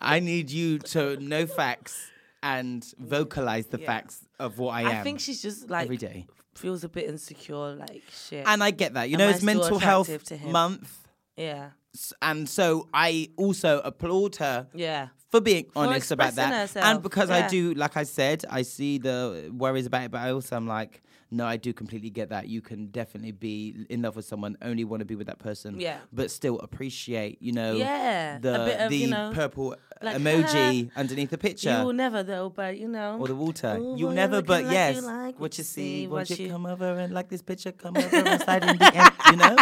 S1: I need you to know facts and vocalize the facts of what I am.
S2: I think she's just like
S1: every day.
S2: feels a bit insecure, like shit.
S1: and I get that. You
S2: Am
S1: know,
S2: I
S1: it's
S2: still
S1: Mental Health
S2: attractive to him?
S1: Month,
S2: yeah,
S1: s- and so I also applaud her
S2: yeah,
S1: for being honest about
S2: expressing
S1: that.
S2: herself,
S1: And because I
S2: yeah.
S1: do, like I said, I see the worries about it, but I also am like, no, I do completely get that. You can definitely be in love with someone, only want to be with that person,
S2: Yeah.
S1: but still appreciate, you know,
S2: Yeah, a
S1: the
S2: bit of,
S1: the
S2: you know,
S1: purple
S2: like,
S1: emoji underneath the picture.
S2: You will never though, but you know.
S1: or the water.
S2: Ooh,
S1: You'll
S2: boy,
S1: never,
S2: looking
S1: but
S2: like you
S1: yes,
S2: like
S1: what you see, what you,
S2: you-
S1: come over and like this picture, come over and slide in the end, you know?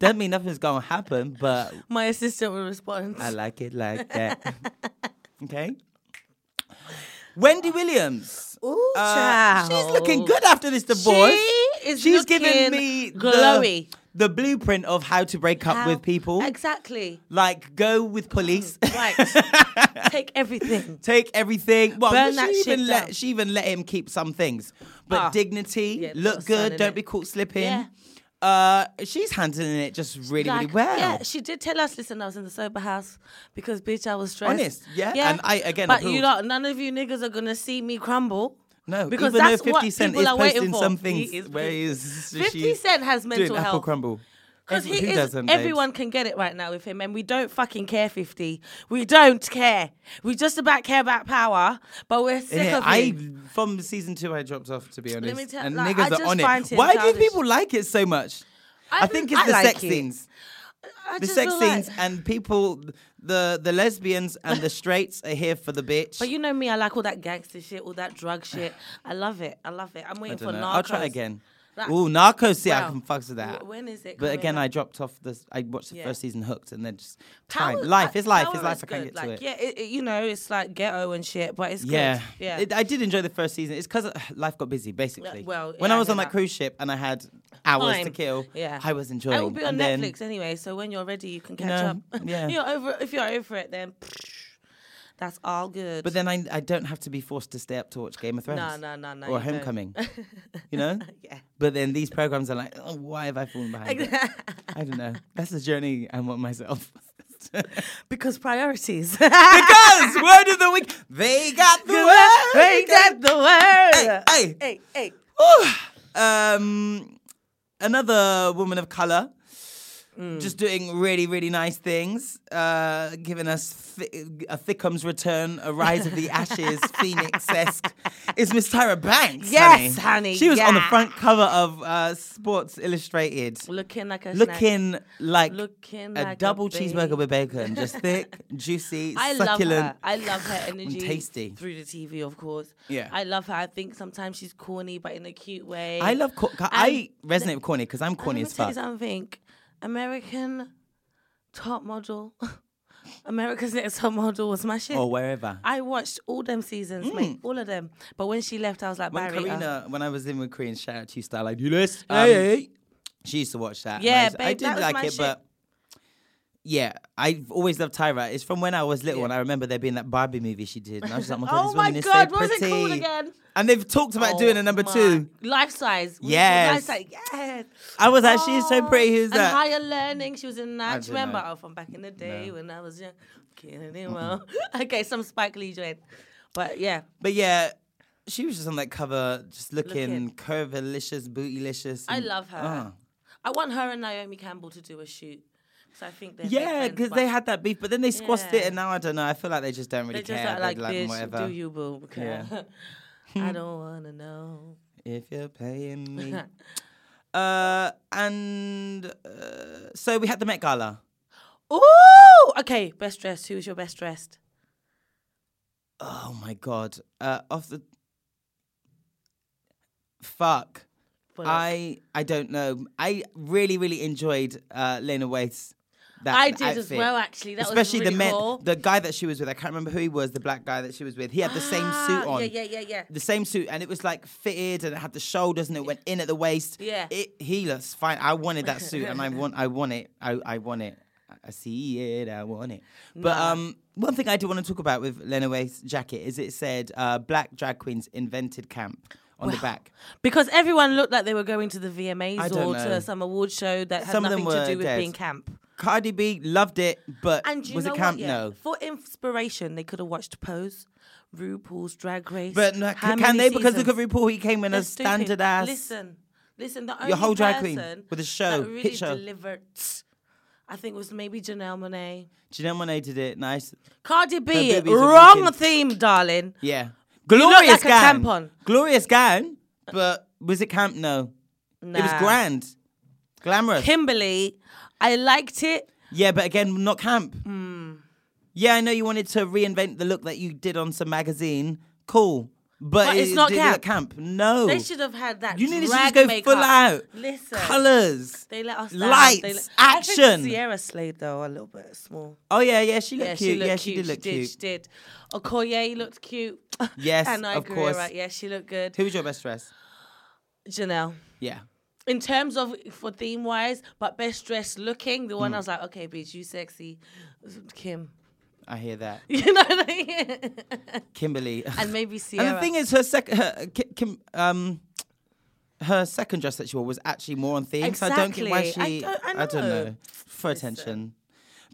S1: Doesn't mean nothing's gonna happen, but
S2: My assistant will respond.
S1: I like it like that. okay? Wendy Williams.
S2: Ooh,
S1: Uh, she's looking
S2: child.
S1: good after this divorce.
S2: She is
S1: she's giving
S2: looking
S1: me the-
S2: glowy.
S1: The, blueprint of how to break up
S2: How-
S1: with people.
S2: Exactly.
S1: Like, go with police.
S2: Right. Take everything.
S1: take everything. Well,
S2: Burn
S1: she
S2: that
S1: even
S2: shit
S1: let
S2: down.
S1: she even let him keep some things, but
S2: Ah.
S1: dignity,
S2: Yeah, put a
S1: look
S2: sign
S1: good,
S2: in
S1: don't
S2: it.
S1: be caught slipping.
S2: Yeah.
S1: Uh, she's handling it just really, really
S2: Like,
S1: well.
S2: Yeah, she did tell us, listen, I was in the sober house because, bitch, I was stressed.
S1: Honest, yeah, and I, again,
S2: But
S1: applaud.
S2: you know, none of you niggas are going to see me crumble.
S1: no,
S2: because
S1: even
S2: that's
S1: though
S2: what
S1: 50 Cent
S2: people
S1: is
S2: are waiting
S1: posting
S2: for.
S1: some
S2: He
S1: things
S2: is-
S1: where he is
S2: 50 Cent has
S1: doing
S2: mental
S1: apple
S2: health.
S1: crumble.
S2: Because
S1: Every-
S2: he
S1: who
S2: is,
S1: doesn't, babes?
S2: everyone can get it right now with him, and we don't fucking care, 50. We don't care. We just about care about power, but we're sick
S1: Yeah,
S2: of it.
S1: I from season two I dropped off to be honest.
S2: me tell-
S1: and
S2: like, I
S1: niggas
S2: just
S1: are on
S2: find
S1: it.
S2: him
S1: Why do
S2: childish.
S1: people like it so much? I,
S2: don't-
S1: think it's
S2: I
S1: the
S2: like
S1: sex
S2: it.
S1: scenes.
S2: I
S1: The
S2: just
S1: sex
S2: feel like-
S1: scenes and people the the lesbians and the straights are here for the bitch.
S2: But you know me, I like all that gangster shit, all that drug shit. I love it. I love it. I'm waiting for
S1: Dunno.
S2: Narcos.
S1: I'll try again.
S2: Like-
S1: Oh, Narcos, see, I
S2: Well,
S1: can fuck with that.
S2: wh- when is it
S1: But
S2: coming
S1: again,
S2: out?
S1: I dropped off this. I watched the
S2: Yeah.
S1: first season hooked, and then just
S2: Power-
S1: time. life
S2: like,
S1: is life.
S2: power
S1: Is life.
S2: is
S1: I can't
S2: good.
S1: get to
S2: like,
S1: it.
S2: Yeah, it, it- you know, it's like ghetto and shit, but it's
S1: Yeah,
S2: good. Yeah.
S1: It- I did enjoy the first season. It's because life got busy, basically.
S2: well,
S1: when
S2: yeah,
S1: I
S2: I
S1: was on
S2: hear
S1: that
S2: that.
S1: cruise ship and I had hours to kill,
S2: Yeah,
S1: I was enjoying.
S2: It will be on
S1: and then-
S2: Netflix anyway, so when you're ready, you can catch
S1: know,
S2: up.
S1: yeah.
S2: you're over if you're over it, then that's all good.
S1: But then I, I don't have to be forced to stay up to watch Game of Thrones.
S2: no, no, no,
S1: Or
S2: you don't.
S1: Homecoming. you know?
S2: Yeah.
S1: But then these programs are like, oh, why have I fallen behind? it?" I don't know. That's the journey I'm on myself.
S2: because priorities.
S1: because word of the week, they got the word.
S2: Ain't that the word?
S1: Hey,
S2: Hey, hey.
S1: um, another woman of color. just doing really, really nice things, uh, giving us th- a Thickums return, a Rise of the Ashes, Phoenix esque. It's Miss Tyra Banks.
S2: Yes, honey,
S1: She was on the
S2: yeah.
S1: front cover of uh, Sports Illustrated.
S2: Looking like a snack.
S1: Looking like
S2: Looking
S1: a
S2: like a
S1: double
S2: babe.
S1: cheeseburger with bacon, just thick, juicy,
S2: I
S1: succulent.
S2: love her. I love her energy.
S1: tasty.
S2: Through the TV, of course.
S1: Yeah.
S2: I love her. I think sometimes she's corny, but in a cute way.
S1: I love. Cor- I resonate with corny because I'm corny
S2: Let me
S1: as
S2: tell you
S1: fuck.
S2: something. American Top Model. America's Next Top Model was my shit.
S1: Or wherever.
S2: I watched all them seasons, mate, all of them. But when she left, I was like,
S1: Hmm. When
S2: Barry, uh,
S1: Karina, when I was in with Korean, shout out to you, style like Ulyss. Um, She used to watch that. and I
S2: Yeah,
S1: used- I
S2: babe,
S1: did
S2: that was
S1: like
S2: my
S1: it,
S2: shit.
S1: but yeah, I've always loved Tyra. It's from when I was little, and I remember there being that Barbie movie she did, and I was just like, "Oh my god, this
S2: Oh my
S1: woman is so
S2: God, what was it called
S1: pretty."
S2: again?
S1: And they've talked about
S2: oh
S1: doing a number
S2: my-
S1: two.
S2: Life size. We did
S1: Yes.
S2: Life size. Yes.
S1: I was like, "She's so pretty." Who's
S2: and
S1: that?
S2: higher learning. She was in that. Do
S1: don't
S2: you remember?
S1: know.
S2: Oh, from back in the day when I was young. Kidding him well. okay, some Spike Lee joint. But yeah,
S1: But yeah, she was just on that cover, just looking
S2: Looking.
S1: curvilicious, bootylicious.
S2: I
S1: and-
S2: love her.
S1: Ah.
S2: I want her and Naomi Campbell to do a shoot. Because I think they're
S1: Yeah, because they had that beef, but then they squashed it,
S2: Yeah.
S1: and now I don't know. I feel like they just don't really
S2: They just
S1: care. They're
S2: act like,
S1: mm,
S2: bitch,
S1: whatever.
S2: do you, boo? Because I don't want to know.
S1: If you're paying me. uh, and uh, so we had the Met Gala.
S2: Ooh! Okay, best dressed. Who was your best dressed?
S1: Oh my god! Uh, off the fuck.
S2: Bullock.
S1: I I don't know. I really really enjoyed uh, Lena Waite's. That
S2: I did as
S1: outfit.
S2: well, actually. That was
S1: Especially
S2: really
S1: the men,
S2: cool.
S1: the guy that she was with. I can't remember who he was. The black guy that she was with. He had the same suit
S2: Ah,
S1: on.
S2: Yeah, yeah, yeah, yeah.
S1: The same suit, and it was like fitted, and it had the shoulders, and it went in at the waist.
S2: Yeah.
S1: It he looks fine. I wanted that suit, and I want I want it. I I want it. I see it. I want it. But um, one thing I do want to talk about with Lena Waite's jacket is it said uh, "Black drag queens invented camp" on the back.
S2: Because everyone looked like they were going to the VMAs
S1: I don't
S2: or
S1: know.
S2: to some award show that had
S1: Some of them
S2: nothing to
S1: were
S2: do with
S1: dead.
S2: being camp.
S1: Cardi B loved it, but
S2: And you
S1: was
S2: know
S1: it camp?
S2: what? Yeah.
S1: No.
S2: For inspiration, they could have watched Pose, RuPaul's Drag Race.
S1: But no,
S2: How
S1: can, can they?
S2: many
S1: Because look at
S2: seasons?
S1: RuPaul, he came in
S2: They're
S1: a
S2: stupid.
S1: standard ass.
S2: Listen, listen. The only
S1: Your whole drag queen
S2: person
S1: with a show,
S2: that
S1: hit
S2: really
S1: show.
S2: delivered. I think was maybe Janelle Monet.
S1: Janelle Monet did it. Nice.
S2: Cardi B,
S1: boobies are
S2: wrong
S1: walking.
S2: theme, darling.
S1: Yeah.
S2: look
S1: Glorious
S2: like a
S1: gown.
S2: tampon.
S1: Glorious gown. But was it camp? No. It was
S2: Nah.
S1: grand. Glamorous.
S2: Kimberly, I liked it.
S1: yeah, but again, not camp.
S2: Hmm.
S1: Yeah, I know you wanted to reinvent the look that you did on some magazine. Cool. But,
S2: But
S1: it-
S2: it's
S1: it
S2: not
S1: didn't
S2: camp.
S1: look camp. No.
S2: They should have had that.
S1: you needed to
S2: drag
S1: just go
S2: makeup.
S1: full out.
S2: Listen,
S1: Colors.
S2: They let us down.
S1: Lights,
S2: They let- I
S1: action.
S2: think Sierra Slade though a little bit small.
S1: Oh, yeah, yeah, she looked
S2: Yeah,
S1: cute.
S2: she looked
S1: yeah,
S2: cute.
S1: she did look cute.
S2: She did. Okoye looked cute.
S1: Yes,
S2: and I
S1: of course.
S2: Right? Yeah, she looked good.
S1: Who was your best dress?
S2: Janelle.
S1: Yeah.
S2: in terms of for theme wise, but best dressed looking, the one
S1: Mm.
S2: I was like, okay, bitch, you sexy, Kim.
S1: I hear that.
S2: You know what I mean?
S1: Kimberly.
S2: and maybe Sierra.
S1: And the thing is, her second, her, Ki- Kim, um, her second dress that she wore was actually more on theme. So I don't get why
S2: Exactly.
S1: she.
S2: I don't- I know. uh,
S1: know for attention.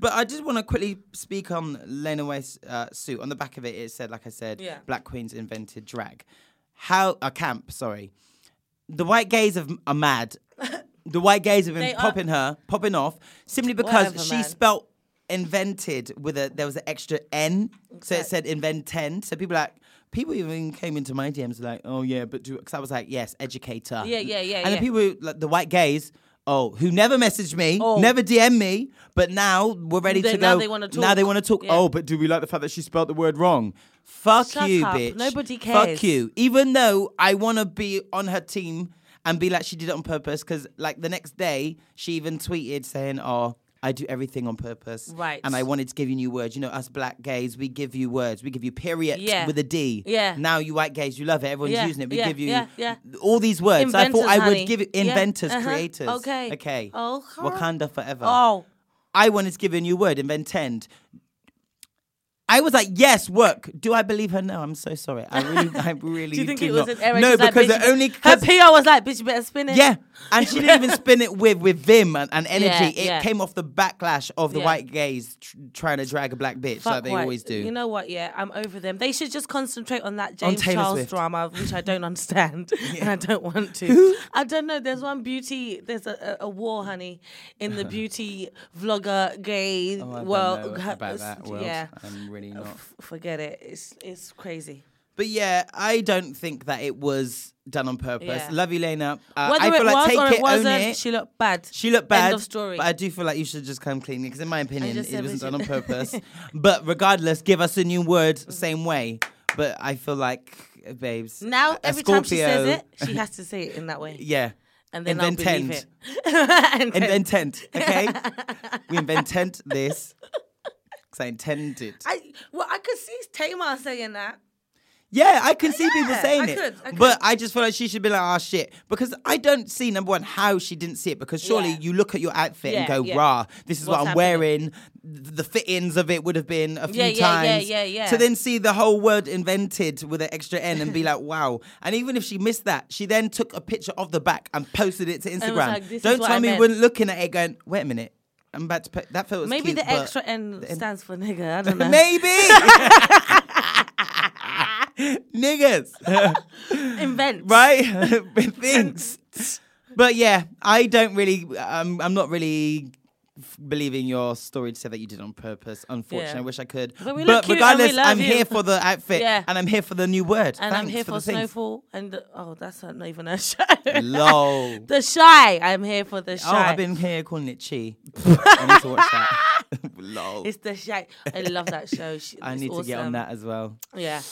S1: But I did want to quickly speak on Lena Waite's uh, suit. On the back of it, it said, like I said,
S2: Yeah.
S1: Black Queens invented drag. How a camp? Sorry, the white gays have, are mad. the white gays have been
S2: They are-
S1: popping her, popping off, simply because
S2: Whatever,
S1: she
S2: man.
S1: spelt invented with a there was an extra n, so it said invent ten. So people are like. People even came into my DMs like, oh yeah, but do because I was like, yes, educator.
S2: Yeah, yeah, yeah,
S1: And then
S2: yeah.
S1: people like the white gays, oh, who never messaged me,
S2: Oh.
S1: never DM me, but now we're ready
S2: They-
S1: to
S2: now
S1: go.
S2: they wanna
S1: Now they
S2: talk.
S1: want to talk.
S2: Yeah.
S1: Oh, but do we like the fact that she spelled the word wrong? Fuck
S2: Shut
S1: you,
S2: up.
S1: bitch.
S2: Nobody
S1: Fuck
S2: cares.
S1: you. Even though I want to be on her team and be like she did it on purpose, because like the next day she even tweeted saying, "Oh." I do everything on purpose.
S2: Right.
S1: And I wanted to give you new words. You know, us black gays, we give you words. We give you period
S2: Yeah.
S1: with a D.
S2: Yeah.
S1: Now you white gays, you love it. Everyone's
S2: Yeah,
S1: using it. We
S2: yeah,
S1: give you
S2: yeah, yeah.
S1: all these words. I
S2: Inventors,
S1: thought I
S2: honey.
S1: would give it
S2: Yeah,
S1: inventors,
S2: uh-huh.
S1: creators.
S2: Okay.
S1: Okay.
S2: Okay.
S1: Wakanda forever.
S2: oh,
S1: I wanted to give a new word, inventend. I was like, yes, work. Do I believe her? No, I'm so sorry. I really, I really.
S2: Do you think it
S1: not.
S2: was an error?
S1: No,
S2: She's like,
S1: because
S2: "Bitch,
S1: the only
S2: her
S1: 'cause-
S2: PR was like, "Bitch, you better spin it."
S1: yeah, and she didn't even spin it with with vim and, and energy.
S2: Yeah,
S1: it
S2: yeah.
S1: came off the backlash of the
S2: Yeah.
S1: white gays tr- trying to drag a black bitch,
S2: Fuck
S1: like they
S2: white-
S1: always do.
S2: You know what? Yeah, I'm over them. They should just concentrate on that James
S1: Taylor
S2: Charles
S1: Swift.
S2: drama, which I don't understand and I don't want to. I don't know. There's one beauty. There's a, a, a war, honey, in the beauty vlogger gay
S1: Oh, I don't
S2: world.
S1: know about
S2: It's-
S1: that world.
S2: Yeah,
S1: I'm really not.
S2: F- forget it. It's it's crazy.
S1: But yeah, I don't think that it was done on purpose.
S2: Yeah.
S1: Love you, Lena. Uh,
S2: Whether
S1: I feel
S2: it
S1: like
S2: was
S1: take
S2: or
S1: it,
S2: it wasn't,
S1: own it.
S2: she looked bad.
S1: She looked bad.
S2: End of story.
S1: But I do feel like you should just come clean because, in my opinion,
S2: just
S1: it
S2: said
S1: wasn't
S2: we
S1: done on
S2: should- Mm.
S1: purpose. but regardless, give us a new word, same way. But I feel like, babes.
S2: now
S1: a
S2: every time she says
S1: Scorpio-
S2: it, she has to say it in that way.
S1: Yeah.
S2: and then I'll
S1: invent
S2: believe
S1: tent.
S2: it. and
S1: And
S2: then-
S1: then tent, okay? we invent tent this. Because I intend it.
S2: I well, I could see Tamar saying that.
S1: Yeah, I can see people
S2: Yeah,
S1: saying
S2: I
S1: it.
S2: could, I
S1: But I just feel like she should be like, ah, shit. Because I don't see, number one, how she didn't see it. Because surely
S2: Yeah.
S1: you look at your outfit and
S2: Yeah,
S1: go,
S2: yeah.
S1: rah, this is what I'm
S2: What's
S1: wearing. Th- The fittings of it would have been a few
S2: Yeah, yeah,
S1: times.
S2: yeah, yeah, yeah.
S1: To then see the whole word invented with an extra N and be like, wow. And even if she missed that, she then took a picture of the back and posted it to
S2: was
S1: Instagram.
S2: like, this is
S1: don't
S2: what
S1: tell
S2: I
S1: me you
S2: meant.
S1: weren't looking at it going, wait a minute. I'm about to put that feels
S2: Maybe
S1: cute,
S2: the
S1: but-
S2: extra N stands for nigga. I don't know.
S1: Maybe. Niggas.
S2: Invent.
S1: right? With things. But yeah, I don't really. um, I'm. I'm not really f- believing your story to say that you did it on purpose. Unfortunately,
S2: Yeah.
S1: I wish I could.
S2: But we look cute and we
S1: regardless,
S2: love
S1: I'm
S2: you.
S1: here for the outfit,
S2: Yeah.
S1: and I'm here for the new word.
S2: And I'm
S1: Thanks
S2: here
S1: the
S2: for,
S1: things.
S2: Snowfall and the, oh, that's not even a show.
S1: Lol.
S2: the Shy. I'm here for the
S1: Oh,
S2: Shy.
S1: I've been here calling it chi. I need to watch that. Lol.
S2: It's the Shy. I love that show. She,
S1: I
S2: it's
S1: need to get on
S2: awesome.
S1: that as well.
S2: Yeah.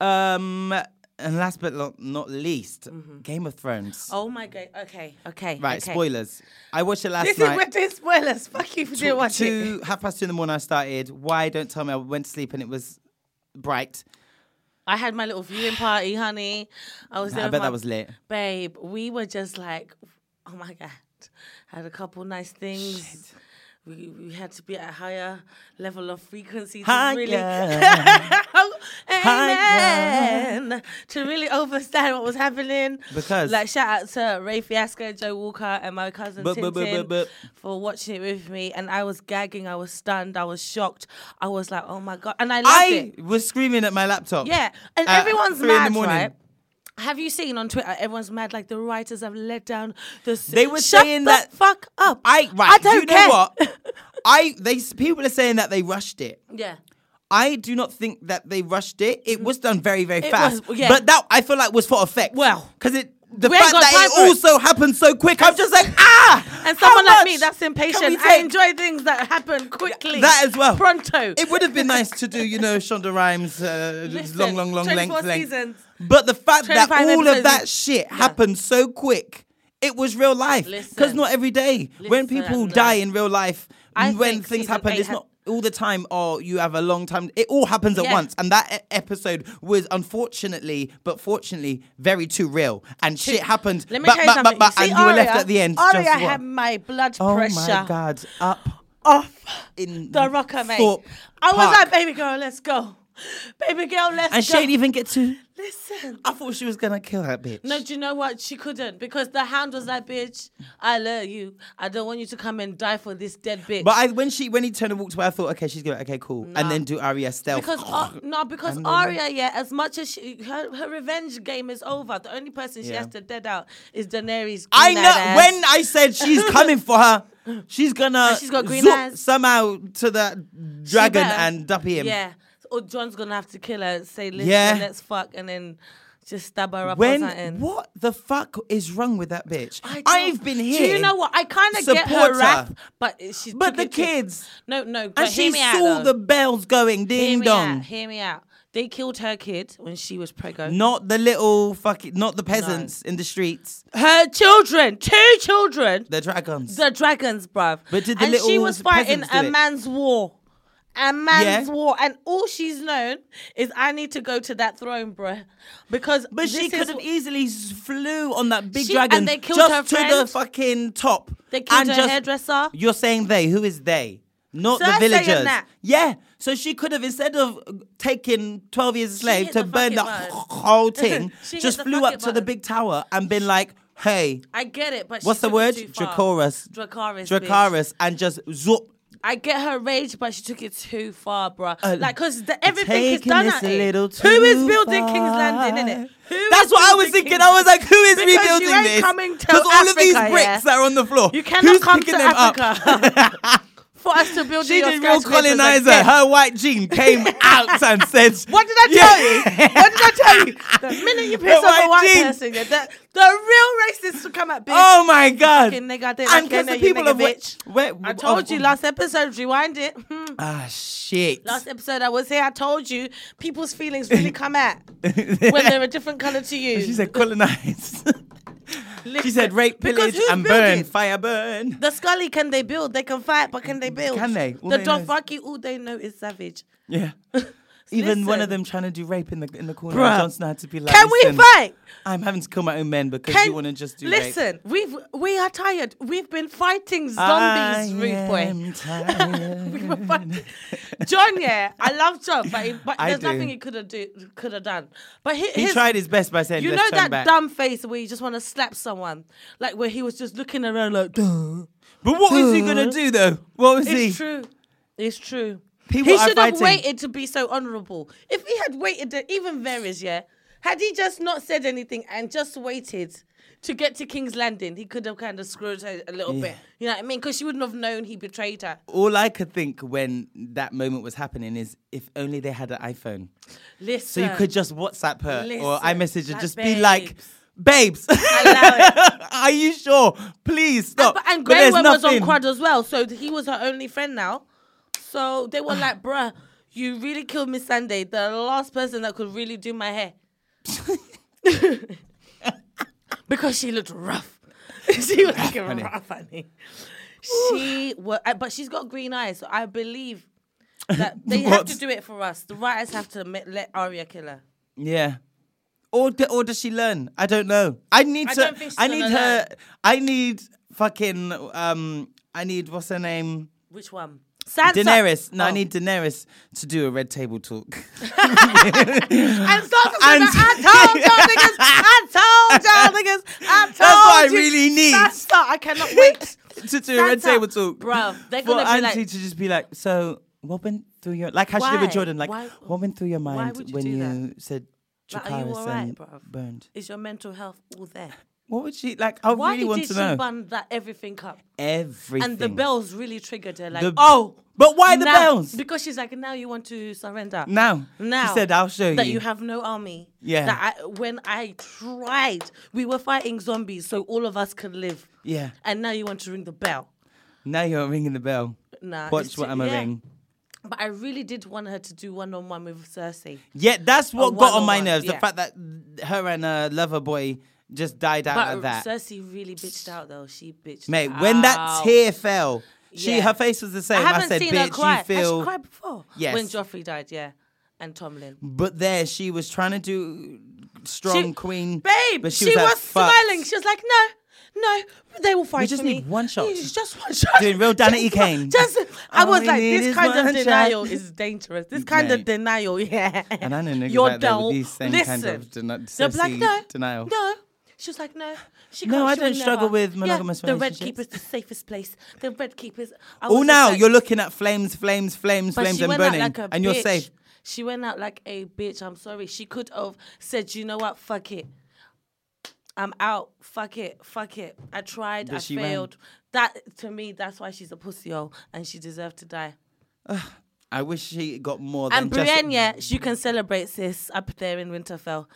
S1: Um, and last but lo- not least, Game of Thrones.
S2: Mm-hmm. Oh my god. Okay. Okay.
S1: right,
S2: okay.
S1: spoilers. I watched it last
S2: This
S1: night.
S2: is we're doing spoilers. Fuck you for doing watch it.
S1: two half past two in the morning. I started. Why? Don't tell me. I went to sleep and it was bright.
S2: I had my little viewing party, honey. I was there.
S1: I
S2: with
S1: bet
S2: my
S1: that was lit.
S2: babe, we were just like, oh my god, had a couple nice things. We, we had to be at a higher level of frequency to really,
S1: Hiya.
S2: amen, to really understand what was happening.
S1: Because-
S2: like shout out to Ray Fiasco, Joe Walker, and my cousin
S1: Bup, bup, bup,
S2: Tintin
S1: bup, bup.
S2: for watching it with me, and I was gagging, I was stunned, I was shocked, I was like, oh my god, and I loved
S1: I
S2: it.
S1: was screaming at my laptop.
S2: Yeah, and
S1: at
S2: everyone's
S1: three in the
S2: mad,
S1: morning.
S2: right? Have you seen on Twitter? Everyone's mad. Like the writers have let down the. s-
S1: They were
S2: Shut
S1: saying
S2: the
S1: that-
S2: fuck up.
S1: I right.
S2: I don't
S1: you
S2: care.
S1: know what? I they s- people are saying that they rushed it.
S2: Yeah.
S1: I do not think that they rushed it. It was done very, very
S2: It
S1: fast.
S2: was, yeah.
S1: But that I feel like was for effect.
S2: Well,
S1: because it the
S2: we ain't
S1: fact
S2: got
S1: that
S2: time
S1: it
S2: for it.
S1: also happened so quick, I'm just like ah.
S2: And
S1: how
S2: someone like me
S1: much
S2: that's
S1: can we
S2: impatient. I
S1: take?
S2: enjoy things that happen quickly.
S1: That as well.
S2: Pronto.
S1: It would have been nice to do, you know, Shonda Rhimes, uh, just long,
S2: Listen,
S1: long, long
S2: 24
S1: length,
S2: seasons.
S1: length. But the fact that
S2: 25
S1: all of
S2: episodes
S1: that
S2: is-
S1: shit happened so quick, it was real life. Because
S2: Listen.
S1: not every day. when people
S2: Listen.
S1: die in real life,
S2: I
S1: when
S2: think
S1: things
S2: season
S1: happen,
S2: eight
S1: it's
S2: had-
S1: not all the time or you have a long time. It all happens at
S2: Yeah.
S1: once. And that e- episode was unfortunately, but fortunately, very too real. And shit happened.
S2: Let me
S1: but,
S2: tell you
S1: but,
S2: something.
S1: But, but,
S2: See,
S1: and you were left
S2: Aria-
S1: at the end.
S2: Aria
S1: just what?
S2: had my blood
S1: oh
S2: pressure
S1: my God. Up
S2: off
S1: in
S2: the rocker, mate.
S1: Thorpe
S2: I was
S1: Park.
S2: like, baby girl, let's go. Baby girl, let's
S1: And she
S2: go.
S1: didn't even get to.
S2: Listen.
S1: I thought she was gonna kill that bitch.
S2: No, do you know what? She couldn't because the hound was like, bitch, I love you. I don't want you to come and die for this dead bitch.
S1: but I when she when he turned and walked away, I thought, okay, she's gonna okay, cool, and then do Arya stealth.
S2: Because uh, Ar- no, because Arya, yeah, as much as she, her her revenge game is over, the only person she
S1: Yeah.
S2: has to dead out is Daenerys.
S1: I
S2: green
S1: know
S2: eyed ass.
S1: when I said she's coming for her, she's gonna
S2: And she's got green
S1: zoop
S2: eyes.
S1: somehow to the dragon
S2: better-
S1: and duppy him.
S2: Yeah, or John's gonna have to kill her. and Say, listen,
S1: Yeah.
S2: let's fuck, and then just stab her up or
S1: When
S2: something.
S1: what the fuck is wrong with that bitch?
S2: I don't-
S1: I've been here.
S2: Do you know what? I kind of get
S1: Support
S2: her
S1: her.
S2: wrath, but it- she.
S1: But
S2: took
S1: the
S2: it too-
S1: kids.
S2: No, no. But
S1: And
S2: hear
S1: she
S2: me out,
S1: saw
S2: though.
S1: the bells going
S2: Hear
S1: ding
S2: me
S1: dong.
S2: out. Hear me out. They killed her kid when she was preggo.
S1: Not the little fucking, not the peasants in the streets.
S2: Her children, two children.
S1: The dragons.
S2: The dragons, bruv.
S1: But did the
S2: and she
S1: little
S2: was fighting
S1: peasants do
S2: a
S1: it?
S2: man's war. A man's
S1: Yeah.
S2: war. And all she's known is I need to go to that throne, bruh. Because
S1: But she
S2: this is
S1: could have
S2: what-
S1: easily s- flew on that big
S2: She-
S1: dragon
S2: and they killed
S1: just
S2: her
S1: to the
S2: friend.
S1: fucking top.
S2: They killed
S1: and
S2: her
S1: just-
S2: hairdresser.
S1: You're saying they? Who is they? Not the
S2: Cersei and
S1: villagers.
S2: that.
S1: Yeah, So she could have, instead of taking 12 years a slave
S2: hit
S1: to
S2: the
S1: burn the
S2: bucket button.
S1: whole thing,
S2: She hit
S1: just
S2: the
S1: flew up
S2: bucket
S1: to the
S2: button.
S1: big tower and been like, hey,
S2: I get it, but she
S1: what's the
S2: took it
S1: word?
S2: too far.
S1: Dracoris.
S2: Dracaris. bitch.
S1: Dracaris. And just zoop.
S2: I get her rage, but she took it too far, bruh.
S1: Uh,
S2: like, cause the, everything is
S1: taking
S2: done
S1: this
S2: at
S1: a
S2: it.
S1: little
S2: Who is
S1: too
S2: building King's
S1: far.
S2: Landing in it?
S1: That's what I was thinking. I was like, who is
S2: Because you
S1: rebuilding
S2: ain't
S1: this?
S2: coming to
S1: Because all of these
S2: Africa,
S1: bricks
S2: yeah.
S1: that are on the floor.
S2: You cannot
S1: who's
S2: come
S1: picking
S2: to
S1: them up?
S2: Africa for us to build
S1: She
S2: your
S1: did real
S2: skyscrapers
S1: colonizer.
S2: again.
S1: Her white jean came out and said,
S2: What did I tell you? What did I tell you? The minute you piss
S1: The
S2: off
S1: white
S2: a white
S1: jean.
S2: person, yeah, the, the real racists will come at bitch.
S1: Oh my god!
S2: Fucking nigga, I didn't
S1: and
S2: like your
S1: because the
S2: name, you
S1: people
S2: nigga
S1: of which
S2: bitch.
S1: where,
S2: I told you last episode, rewind it. Hmm.
S1: oh, Ah shit!
S2: Last episode I was here, I told you people's feelings really come out when they're a different colour to you.
S1: she said colonize. she
S2: Listen,
S1: said rape,
S2: because
S1: pillage,
S2: who's
S1: and burn.
S2: building?
S1: Fire burn.
S2: The Scully can they build? They can fight, but can they build?
S1: Can they? All
S2: The
S1: they know is-
S2: Dothraki, all they know is savage.
S1: Yeah. Even one of
S2: Listen.
S1: them trying to do rape in the in the corner.
S2: Bruh.
S1: Johnson had to be like,
S2: Can we
S1: "Listen,
S2: fight?
S1: I'm having to kill my own men because
S2: Can
S1: you want to just do rape."
S2: listen? We've we are tired. We've been fighting
S1: I
S2: zombies, rude boy.
S1: am tired.
S2: We were fighting- John, yeah, I love John, but, he, but
S1: I
S2: there's
S1: do.
S2: nothing he could have do could have done. But he,
S1: he
S2: his,
S1: tried his best by saying,
S2: You
S1: "Let's
S2: know
S1: turn
S2: that
S1: back."
S2: dumb face where you just want to slap someone, like where he was just looking around like, duh.
S1: But what was he gonna do though? What was he?
S2: It's true. It's true.
S1: People
S2: he
S1: are
S2: should have
S1: fighting.
S2: waited to be so honourable. If he had waited, to, even Varys, yeah, had he just not said anything and just waited to get to King's Landing, he could have kind of screwed her a little bit. You know what I mean? Because she wouldn't have known he betrayed her.
S1: All I could think when that moment was happening is, if only they had an iPhone. So
S2: Listen.
S1: you could just WhatsApp her or I
S2: Listen,
S1: message her,
S2: like
S1: just be like, babes,
S2: Allow it.
S1: are you sure? Please stop.
S2: But, and
S1: But
S2: Grey
S1: there's
S2: Worm was on
S1: nothing.
S2: Quad as well, so he was her only friend now. So they were like, bruh, you really killed Miss Sunday, the last person that could really do my hair. because she looked rough. she was looking
S1: honey.
S2: rough, honey. She was, but she's got green eyes, so I believe that they have
S1: What?
S2: to do it for us. The writers have to admit, let Arya kill her.
S1: Yeah. Or, d- or does she learn? I don't know. I need
S2: I
S1: to.
S2: don't think she's
S1: I
S2: gonna
S1: need her. I need fucking. Um. I need what's her name?
S2: Which one? Sansa.
S1: Daenerys. No, I
S2: Oh.
S1: need Daenerys to do a red table talk.
S2: And Sansa said,
S1: And-
S2: I told y'all niggas, I told y'all niggas, I told
S1: That's what I
S2: you."
S1: really need.
S2: Sansa, I cannot wait.
S1: to do a red
S2: Sansa,
S1: table talk.
S2: bruv, they're
S1: for
S2: gonna be
S1: Auntie
S2: like-
S1: to just be like, so what went through your like how she did with
S2: Why?
S1: Jordan, like
S2: Why-
S1: what went through your mind
S2: would you
S1: when
S2: do
S1: you said
S2: Like, are you
S1: Dracarys
S2: alright,
S1: and
S2: bruv?
S1: burned?
S2: Is your mental health all there?
S1: What would she like? I
S2: Why
S1: really want
S2: did
S1: to
S2: she
S1: know
S2: bun that everything up?
S1: everything.
S2: And the bells really triggered her. Like,
S1: The-
S2: oh,
S1: But why the
S2: now-
S1: bells?
S2: Because she's like, now you want to surrender.
S1: Now,
S2: Now
S1: she said, "I'll show
S2: that
S1: you."
S2: you. have no army.
S1: Yeah.
S2: That I, when I tried, we were fighting zombies, so all of us could live.
S1: Yeah.
S2: And now you want to ring the bell.
S1: Now you're ringing the bell.
S2: Nah,
S1: Watch
S2: it's
S1: what
S2: too-
S1: I'm a
S2: yeah.
S1: ring.
S2: But I really did want her to do one on one with Cersei.
S1: Yeah, that's what got on my
S2: one-on-one,
S1: nerves. The
S2: Oh, yeah.
S1: fact that her and her lover boy just died out
S2: But
S1: of that.
S2: Cersei really bitched out though. She bitched
S1: Mate,
S2: out.
S1: when that tear fell, she
S2: Yeah.
S1: her face was the
S2: I
S1: same. I,
S2: haven't
S1: said,
S2: seen
S1: "Bitch,
S2: her cry.
S1: you feel."
S2: Has she cried before?
S1: Yes.
S2: When Joffrey died, yeah. And Tomlin.
S1: But there, she was trying to do strong
S2: She-
S1: queen.
S2: Babe,
S1: but
S2: she,
S1: was,
S2: was,
S1: like, "Fuck."
S2: smiling. She was like, no, no, they will fight
S1: just
S2: for me.
S1: need one shot.
S2: Yeah, Just one shot.
S1: Doing real Danity
S2: Just-
S1: Kane.
S2: Just, I
S1: All
S2: was
S1: we
S2: like,
S1: need is
S2: this kind
S1: one
S2: of
S1: shot.
S2: denial is dangerous. This kind
S1: Mate.
S2: of denial, yeah.
S1: And I know niggas
S2: You're
S1: out there with
S2: dull.
S1: these same kind
S2: Listen.
S1: of deni-
S2: They'll be like,
S1: Cersei
S2: no,
S1: denial.
S2: No. She was like, no. She
S1: No,
S2: can't,
S1: I
S2: she will
S1: don't struggle
S2: never.
S1: with monogamous
S2: yeah, The Red
S1: relationships.
S2: Keeper's the safest place. The Red Keeper's. I
S1: All
S2: was just
S1: Oh, now
S2: like-
S1: you're looking at flames, flames, flames,
S2: But
S1: flames,
S2: she
S1: and
S2: went out
S1: burning,
S2: like a
S1: and you're
S2: bitch.
S1: safe.
S2: She went out like a bitch. I'm sorry. She could have said, you know what? Fuck it. I'm out. Fuck it. Fuck it. I tried.
S1: But
S2: I
S1: she
S2: failed. That to me, that's why she's a pussy hole and she deserved to die.
S1: I wish she got more than
S2: And Brienne,
S1: just.
S2: yeah, you can celebrate sis up there in Winterfell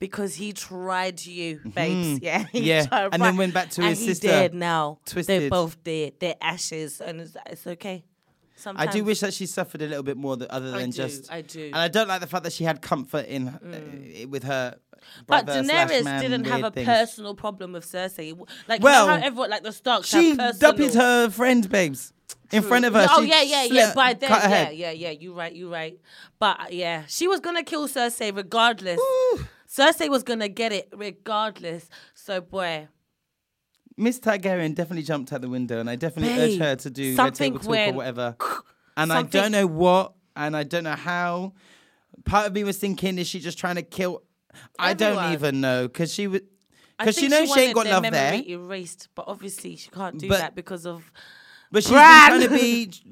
S2: because he tried you, babes. Yeah, he
S1: Mm-hmm. Yeah,
S2: tried-
S1: and then went back to
S2: and
S1: his
S2: he
S1: sister,
S2: Dead now.
S1: twisted.
S2: They're both dead. They're ashes, and it's, it's okay.
S1: I
S2: Sometimes
S1: do wish that she suffered a little bit more, th- other than
S2: do,
S1: just.
S2: I do. Mm.
S1: and I don't like the fact that she had comfort in uh, with her.
S2: But
S1: brother slash
S2: Daenerys
S1: man
S2: didn't have
S1: weird
S2: a
S1: things.
S2: personal problem with Cersei. W- Like,
S1: Well,
S2: well, you know how everyone, like the Starks,
S1: She
S2: have personal...
S1: duppied her friend, babes, in front of her.
S2: Oh
S1: She
S2: yeah, yeah,
S1: slit-
S2: yeah. By
S1: cut
S2: then,
S1: her head.
S2: yeah, yeah, yeah. You right, you right. But uh, yeah, she was gonna kill Cersei regardless. Cersei was gonna get it regardless. So boy,
S1: Miss Targaryen definitely jumped out the window, and I definitely urge
S2: Babe,
S1: her to do red
S2: something
S1: table talk or
S2: went-
S1: whatever. And I
S2: something-
S1: don't know what and I don't know how. Part of me was thinking, is she just trying to kill? I don't
S2: Everyone.
S1: even know because she was.
S2: I
S1: Because she
S2: think
S1: knows she, ain't
S2: wanted
S1: got
S2: their
S1: love there,
S2: memory erased, but obviously she can't do
S1: But-
S2: that because of
S1: but she's
S2: Brad.
S1: been trying to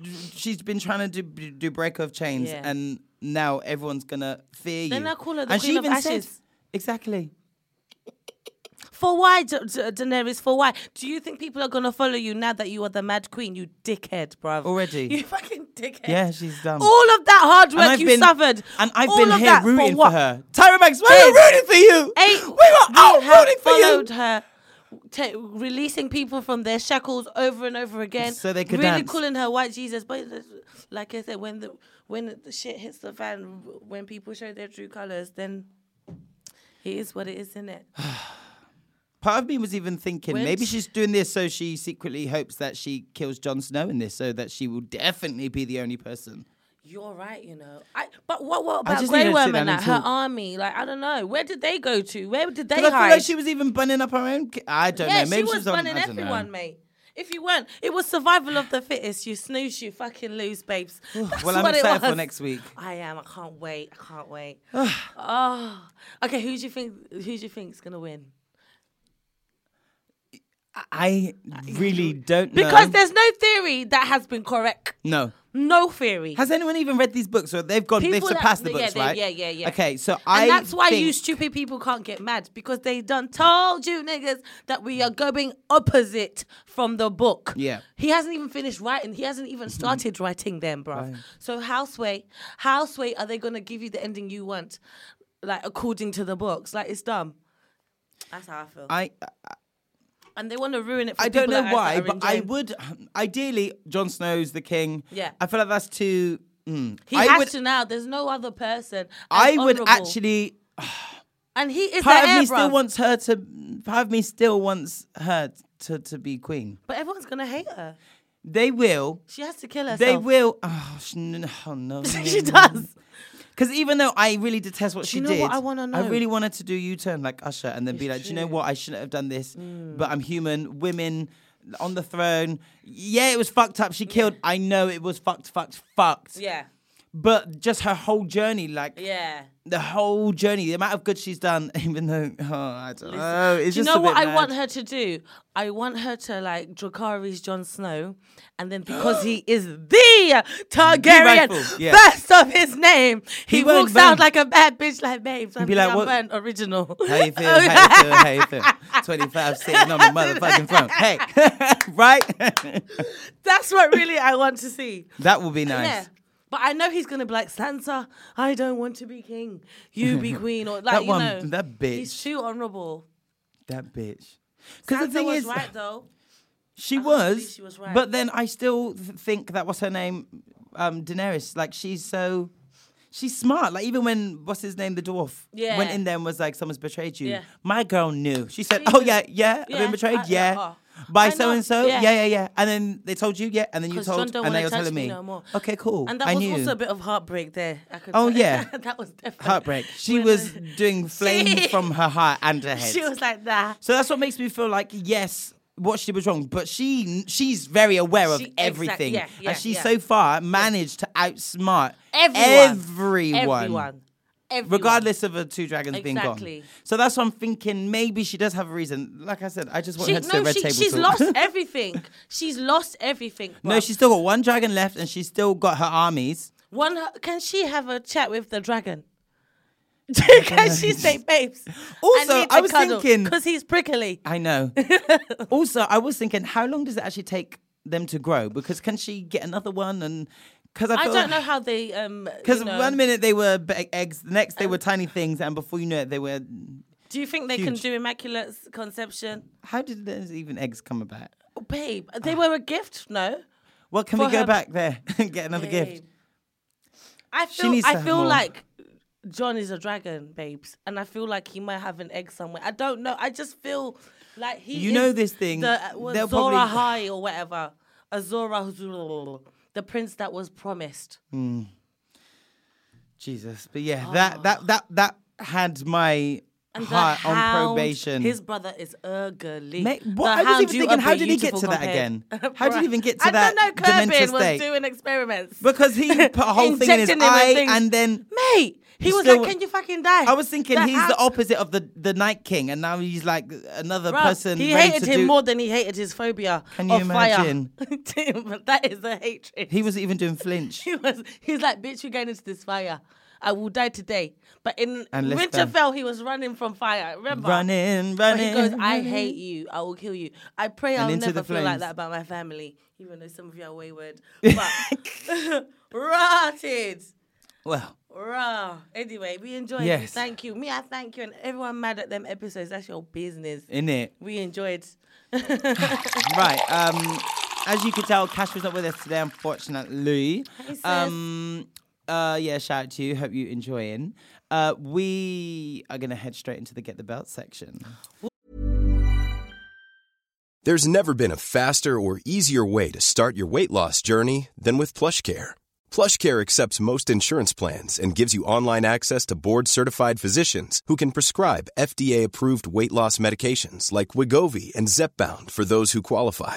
S1: be. She's been trying to do, do break of chains,
S2: Yeah.
S1: and now everyone's gonna fear
S2: Then
S1: you.
S2: they'll call her the
S1: and she
S2: Queen of
S1: even said
S2: Ashes.
S1: exactly.
S2: for why da- Da- Daenerys. For why do you think people are gonna follow you now that you are the Mad Queen? You dickhead, bruv.
S1: Already.
S2: you fucking dickhead.
S1: Yeah, she's dumb.
S2: Eh? All of that hard
S1: And
S2: work
S1: I've
S2: you
S1: been-
S2: suffered,
S1: and I've
S2: all
S1: been
S2: of
S1: here
S2: that
S1: rooting for,
S2: what?
S1: her. Tyra Banks, we were
S2: Biz.
S1: rooting for you.
S2: Eight,
S1: we were out
S2: have
S1: rooting for you.
S2: followed her, ta releasing people from their shackles over and over again.
S1: So they could
S2: really
S1: dance.
S2: calling her white Jesus. But like I said, when the when the shit hits the fan, when people show their true colors, then it is what it is, isn't it?
S1: Part of me was even thinking
S2: When-
S1: maybe she's doing this so she secretly hopes that she kills Jon Snow in this, so that she will definitely be the only person.
S2: You're right, you know. I but what what about
S1: just need her
S2: Grey
S1: to sit
S2: Worm
S1: down
S2: and
S1: and
S2: that? Her
S1: talk.
S2: army, like I don't know. Where did they go to? Where did they
S1: But I
S2: hide?
S1: feel like she was even bunning up her own. ki- I don't
S2: yeah,
S1: know. Maybe
S2: she was
S1: she's on-
S2: running
S1: I don't
S2: everyone,
S1: Know.
S2: mate. If you weren't, it was survival of the fittest. You snooze, you fucking lose, babes. That's
S1: Well, I'm
S2: what it
S1: excited for
S2: was.
S1: next week.
S2: I am. I can't wait. I can't wait. oh, okay. Who do you think? Who do you think's gonna win?
S1: I really don't know.
S2: Because there's no theory that has been correct.
S1: no.
S2: No theory.
S1: Has anyone even read these books? Or they've gone, they've
S2: People that-
S1: surpassed the
S2: yeah,
S1: books,
S2: they-
S1: right?
S2: yeah, yeah, yeah.
S1: Okay, so I.
S2: and that's why you
S1: think-
S2: stupid people can't get mad because they done told you niggas that we are going opposite from the book.
S1: Yeah.
S2: He hasn't even finished writing. He hasn't even started writing them, bruv. So houseway, houseway, are they gonna give you the ending you want, like according to the books? Like it's dumb. That's how I feel.
S1: I
S2: and they want to ruin it. For
S1: I don't
S2: people
S1: know
S2: like us
S1: why,
S2: that are
S1: but I
S2: enjoying-
S1: would ideally Jon Snow's the king.
S2: Yeah.
S1: I feel like that's too. Mm.
S2: He
S1: I
S2: has
S1: would,
S2: to now. There's no other person. as
S1: I would
S2: honourable.
S1: actually.
S2: And he is
S1: Part
S2: the
S1: of
S2: heir,
S1: me still
S2: bruv.
S1: wants her to. Part of me still wants her to to be queen.
S2: But everyone's gonna hate her.
S1: They will.
S2: She has to kill herself.
S1: They will. Oh, sh- n- n- oh no.
S2: she does.
S1: Because even though I really detest what she
S2: you know
S1: did,
S2: what I wanna
S1: I
S2: know?
S1: really wanted to do U turn like Usher and then be like, do you know what? I shouldn't have done this,
S2: Mm.
S1: but I'm human. Women on the throne. Yeah, it was fucked up. She killed. I know it was fucked, fucked, fucked.
S2: Yeah.
S1: But just her whole journey, like
S2: Yeah.
S1: the whole journey, the amount of good she's done, even though, oh, I don't know. It's
S2: Do
S1: just
S2: you
S1: a
S2: know what
S1: bit
S2: I want
S1: mad.
S2: her to do? I want her to like Dracarys Jon Snow, and then because he is the Targaryen,
S1: Rightful, yeah.
S2: first of his name, he,
S1: He won't
S2: walks out
S1: burn.
S2: like a bad bitch, like babes. I'm
S1: be like,
S2: like,
S1: what-
S2: original.
S1: How you feel? How you feel? How you feel? 25 sitting on the motherfucking throne. Hey, right?
S2: That's what really I want to see.
S1: that would be nice.
S2: Yeah. But I know he's gonna be like Sansa. I don't want to be king. You be queen, or like
S1: That
S2: you
S1: one-
S2: know.
S1: that
S2: He's
S1: bitch.
S2: too honorable.
S1: That bitch. Because
S2: Sansa
S1: the thing
S2: was
S1: is,
S2: right though.
S1: she
S2: I can't believe
S1: was,
S2: she was right.
S1: but then I still th- think that what's her name, um, Daenerys. Like she's so, she's smart. Like even when what's his name, the dwarf, went
S2: Yeah.
S1: in there and was like, "Someone's betrayed you."
S2: Yeah.
S1: My girl knew. She said,
S2: She
S1: "Oh
S2: knew.
S1: yeah, yeah, I've been
S2: Yeah,
S1: betrayed,
S2: I-
S1: yeah."
S2: yeah, oh. I
S1: By
S2: know,
S1: so and so, yeah,
S2: yeah.
S1: yeah, yeah, and then they told you, yeah, and then you
S2: 'Cause
S1: told,
S2: John don't
S1: and
S2: wanna
S1: they were
S2: touch
S1: telling
S2: me
S1: me,
S2: no more.
S1: okay, cool,
S2: And that
S1: I
S2: was
S1: knew.
S2: also a bit of heartbreak there. I could
S1: Oh,
S2: tell.
S1: yeah.
S2: that was definitely
S1: heartbreak. She
S2: when
S1: was
S2: I-
S1: doing flame
S2: She-
S1: from her heart and her head.
S2: She was like, nah.
S1: So that's what makes me feel like yes, what she was wrong, but she she's very aware of
S2: She- exact-
S1: everything,
S2: yeah, yeah,
S1: and she's
S2: yeah.
S1: so far managed to outsmart
S2: Everyone.
S1: everyone,
S2: Everyone. Everyone.
S1: regardless of her two dragons being
S2: Exactly.
S1: gone. So that's what I'm thinking. Maybe she does have a reason. Like I said, I just want
S2: She,
S1: her to do a
S2: no,
S1: red
S2: she,
S1: table
S2: she's
S1: talk.
S2: lost everything. She's lost everything.
S1: no,
S2: bruv.
S1: she's still got one dragon left, and she's still got her armies.
S2: One, can she have a chat with the dragon? can she say, babes?
S1: Also, I was thinking-
S2: Because he's prickly.
S1: I know. also, I was thinking, how long does it actually take them to grow? Because can she get another one? And because I,
S2: I
S1: feel
S2: don't
S1: like-
S2: know how they. um
S1: Because
S2: you know,
S1: one minute they were be- eggs, the next they were tiny things, and before you know it, they were.
S2: Do you think they can
S1: huge.
S2: do Immaculate Conception?
S1: How did those even eggs come about?
S2: Oh, babe, they were a gift, no?
S1: Well, can we
S2: For
S1: go
S2: her-
S1: back there and get another gift?
S2: Babe. I
S1: She
S2: feel
S1: needs to
S2: I
S1: have
S2: feel
S1: more.
S2: like John is a dragon, babes, and I feel like he might have an egg somewhere. I don't know. I just feel like he.
S1: You
S2: is
S1: know this thing,
S2: The uh, was
S1: they'll
S2: Zora
S1: probably-
S2: High or whatever. Azora, the prince that was promised.
S1: Mm, Jesus, but yeah, that that that that had my
S2: Oh. And the
S1: Hi- on
S2: hound,
S1: probation.
S2: His brother is ugly.
S1: Mate, what?
S2: The
S1: I was even
S2: hound you
S1: thinking,
S2: are
S1: how did he get to
S2: beautiful
S1: that
S2: compared-
S1: again? How did he even get to
S2: I
S1: that
S2: don't know.
S1: dementia
S2: Kerbin
S1: state?
S2: was doing experiments.
S1: Because he put a whole thing in his
S2: Injecting him with
S1: eye
S2: things.
S1: and then
S2: Mate, he
S1: He
S2: was
S1: still-
S2: like, "Can you fucking die?"
S1: I was thinking
S2: That
S1: he's
S2: hound-
S1: the opposite of the, the Night King, and now he's like another
S2: Bruh,
S1: person.
S2: He
S1: ready
S2: hated
S1: to
S2: him
S1: do-
S2: more than he hated his phobia.
S1: Can you
S2: of fire.
S1: imagine?
S2: Tim, that is the hatred.
S1: He wasn't even doing flinch.
S2: He was. He's like, bitch, you're going into this fire. I will die today. But in
S1: And let's burn.
S2: Winterfell, he was running from fire. Remember?
S1: running,
S2: But he
S1: running.
S2: goes, I hate you. I will kill you. I pray I'll
S1: into
S2: never
S1: the
S2: feel like
S1: flames.
S2: that about my family, even though some of you are wayward. But rotted.
S1: Well,
S2: Rah. Anyway, we enjoyed it.
S1: Yes.
S2: Thank you. Me, I thank you. And everyone mad at them episodes. That's your business.
S1: in it.
S2: We enjoyed.
S1: Right. Um, as you could tell, Cash was not with us today, unfortunately.
S2: sis.
S1: Um, uh, yeah, shout out to you. Hope you're enjoying. Uh, we are going to head straight into the Get the Belt section.
S3: There's never been a faster or easier way to start your weight loss journey than with PlushCare. PlushCare accepts most insurance plans and gives you online access to board-certified physicians who can prescribe FDA-approved weight loss medications like Wigovi and Zepbound for those who qualify.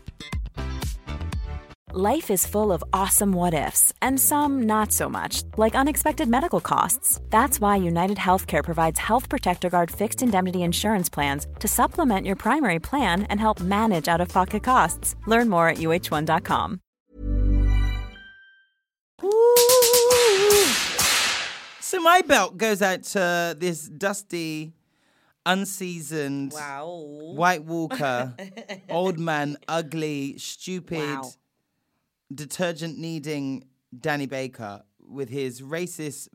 S4: Life is full of awesome what ifs and some not so much, like unexpected medical costs. That's why United Healthcare provides Health Protector Guard fixed indemnity insurance plans to supplement your primary plan and help manage out of pocket costs. Learn more at uh1.com.
S1: So my belt goes out to this dusty, unseasoned
S2: Wow.
S1: White Walker, old man, ugly, stupid,
S2: Wow.
S1: detergent needing Danny Baker with his racist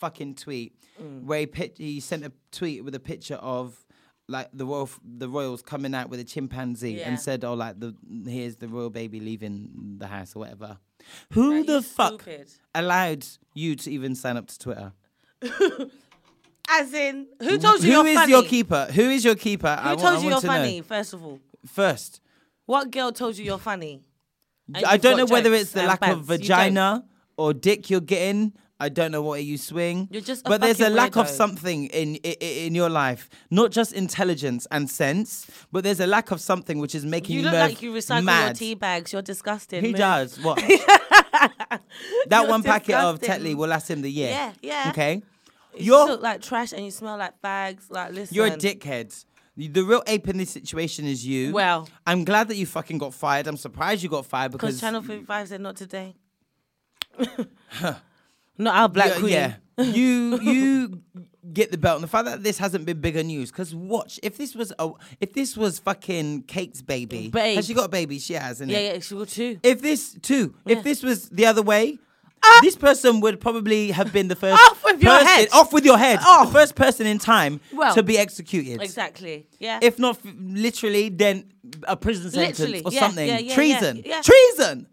S1: fucking tweet,
S2: Mm.
S1: where he, pic- he sent a tweet with a picture of like the royal, f- the royals coming out with a chimpanzee
S2: Yeah.
S1: and said, "Oh, like the here's the royal baby leaving the house or whatever." Who the fuck
S2: stupid.
S1: allowed you to even sign up to Twitter?
S2: As in, who told you
S1: Who
S2: you're
S1: is
S2: funny?
S1: your keeper? Who is your keeper?
S2: Who told you you're funny? First of all,
S1: First,
S2: what girl told you you're funny? And
S1: I
S2: you've
S1: don't
S2: got
S1: know whether
S2: jokes
S1: it's the
S2: and
S1: lack of
S2: bands. You don't.
S1: vagina or dick you're getting. I don't know what you swing.
S2: You're just a
S1: but there's a
S2: fucking
S1: lack of
S2: weirdo.
S1: something in, in in your life, not just intelligence and sense, but there's a lack of something which is making you,
S2: You look
S1: mad-
S2: like you recycle your
S1: mad.
S2: tea bags. You're disgusting.
S1: He
S2: Move.
S1: does what? that
S2: You're
S1: one packet of Tetley
S2: disgusting.
S1: will last him the year.
S2: Yeah, yeah.
S1: Okay,
S2: You
S1: you're
S2: look like trash and you smell like fags. Like listen,
S1: You're a dickhead. The real ape in this situation is you.
S2: Well.
S1: I'm glad that you fucking got fired. I'm surprised you got fired because
S2: Because Channel Fifty Five said not today. not our black
S1: yeah,
S2: queen.
S1: yeah. you you get the belt. And the fact that this hasn't been bigger news because watch if this was a if this was fucking Kate's baby.
S2: Babe.
S1: Has she got a baby? She has, isn't
S2: Yeah,
S1: it?
S2: yeah, she will too.
S1: If this too, if this was the other way, this person would probably have been the first
S2: Ah! Off with your
S1: person-
S2: head. Oh.
S1: Off with your head. The first person in time
S2: Well,
S1: to be executed.
S2: Exactly. Yeah.
S1: If not f- literally, then a prison sentence
S2: Literally,
S1: or
S2: yeah,
S1: something.
S2: yeah, yeah,
S1: treason.
S2: yeah, yeah.
S1: Treason.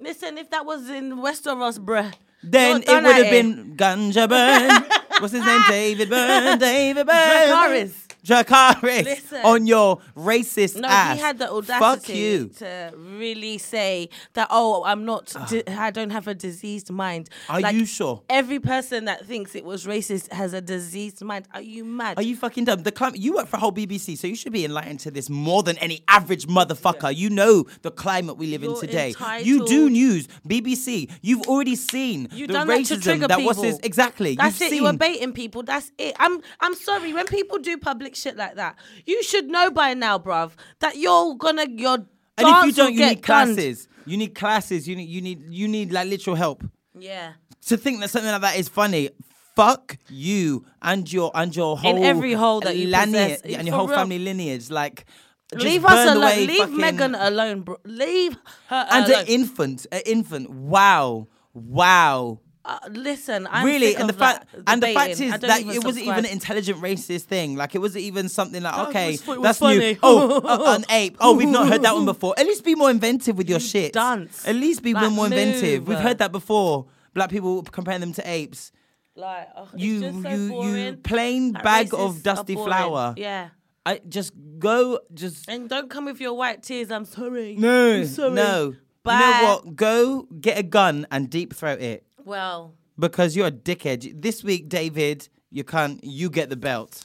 S2: listen, if that was in Westeros, bruh,
S1: Then
S2: not
S1: it
S2: done
S1: would
S2: at
S1: have been Ganja Burn. What's his name? David Burn. David Burn.
S2: Dracarys.
S1: Dracarys.
S2: Listen.
S1: On your racist
S2: No,
S1: ass.
S2: he had the audacity
S1: Fuck you. Ah.
S2: to really say that. Oh, I'm not. Di- I don't have a diseased mind.
S1: Are you sure?
S2: Every person that thinks it was racist has a diseased mind. Are you mad?
S1: Are you fucking dumb? The climate. You work for a whole BBC, so you should be enlightened to this more than any average motherfucker. You know the climate we live in
S2: You're
S1: today. You do
S2: entitled.
S1: news, BBC. You've already seen
S2: You
S1: the
S2: done that to
S1: racism
S2: trigger
S1: that
S2: people.
S1: was his exactly.
S2: That's
S1: You've
S2: it.
S1: Seen
S2: You were baiting people. That's it. I'm. I'm sorry. When people do public shit like that, you should know by now, bruv, that you're gonna. You're
S1: And if you don't, you need classes. You need classes. You need you need you need like literal help.
S2: Yeah.
S1: To think that something like that is funny, fuck you and your and your whole
S2: And every hole that you
S1: lineage
S2: possess.
S1: and
S2: For
S1: your whole
S2: real.
S1: family lineage. Like, just
S2: Leave us
S1: burn
S2: alone.
S1: away
S2: Leave
S1: fucking-
S2: Megan alone, bro. Leave her
S1: and
S2: alone.
S1: an infant, an infant. Wow, wow.
S2: Uh, listen, I'm
S1: really,
S2: sick
S1: and the
S2: of
S1: fact
S2: that
S1: and the fact
S2: debating. I
S1: is
S2: don't
S1: that
S2: even
S1: it wasn't
S2: subscribe.
S1: even an intelligent racist thing. Like it wasn't even something like
S2: I
S1: okay,
S2: just thought it
S1: that's
S2: was
S1: new.
S2: funny.
S1: Oh, uh, an ape. Oh, we've not heard that one before. At least be more inventive with your shit.
S2: dunce.
S1: At least be
S2: Like,
S1: more inventive. We've
S2: move.
S1: heard that before. Black people comparing them to apes.
S2: Like, ugh, it's
S1: You-
S2: just so
S1: you- you
S2: boring.
S1: plain
S2: Like,
S1: bag
S2: racists
S1: of dusty
S2: are boring.
S1: flour.
S2: Yeah,
S1: I just go just
S2: and don't come with your white tears. I'm sorry.
S1: no
S2: I'm sorry.
S1: no.
S2: Bye.
S1: You know what? Go get a gun and deep throat it
S2: Well,
S1: because you're a dickhead. This week, David, you can't. You get the belt.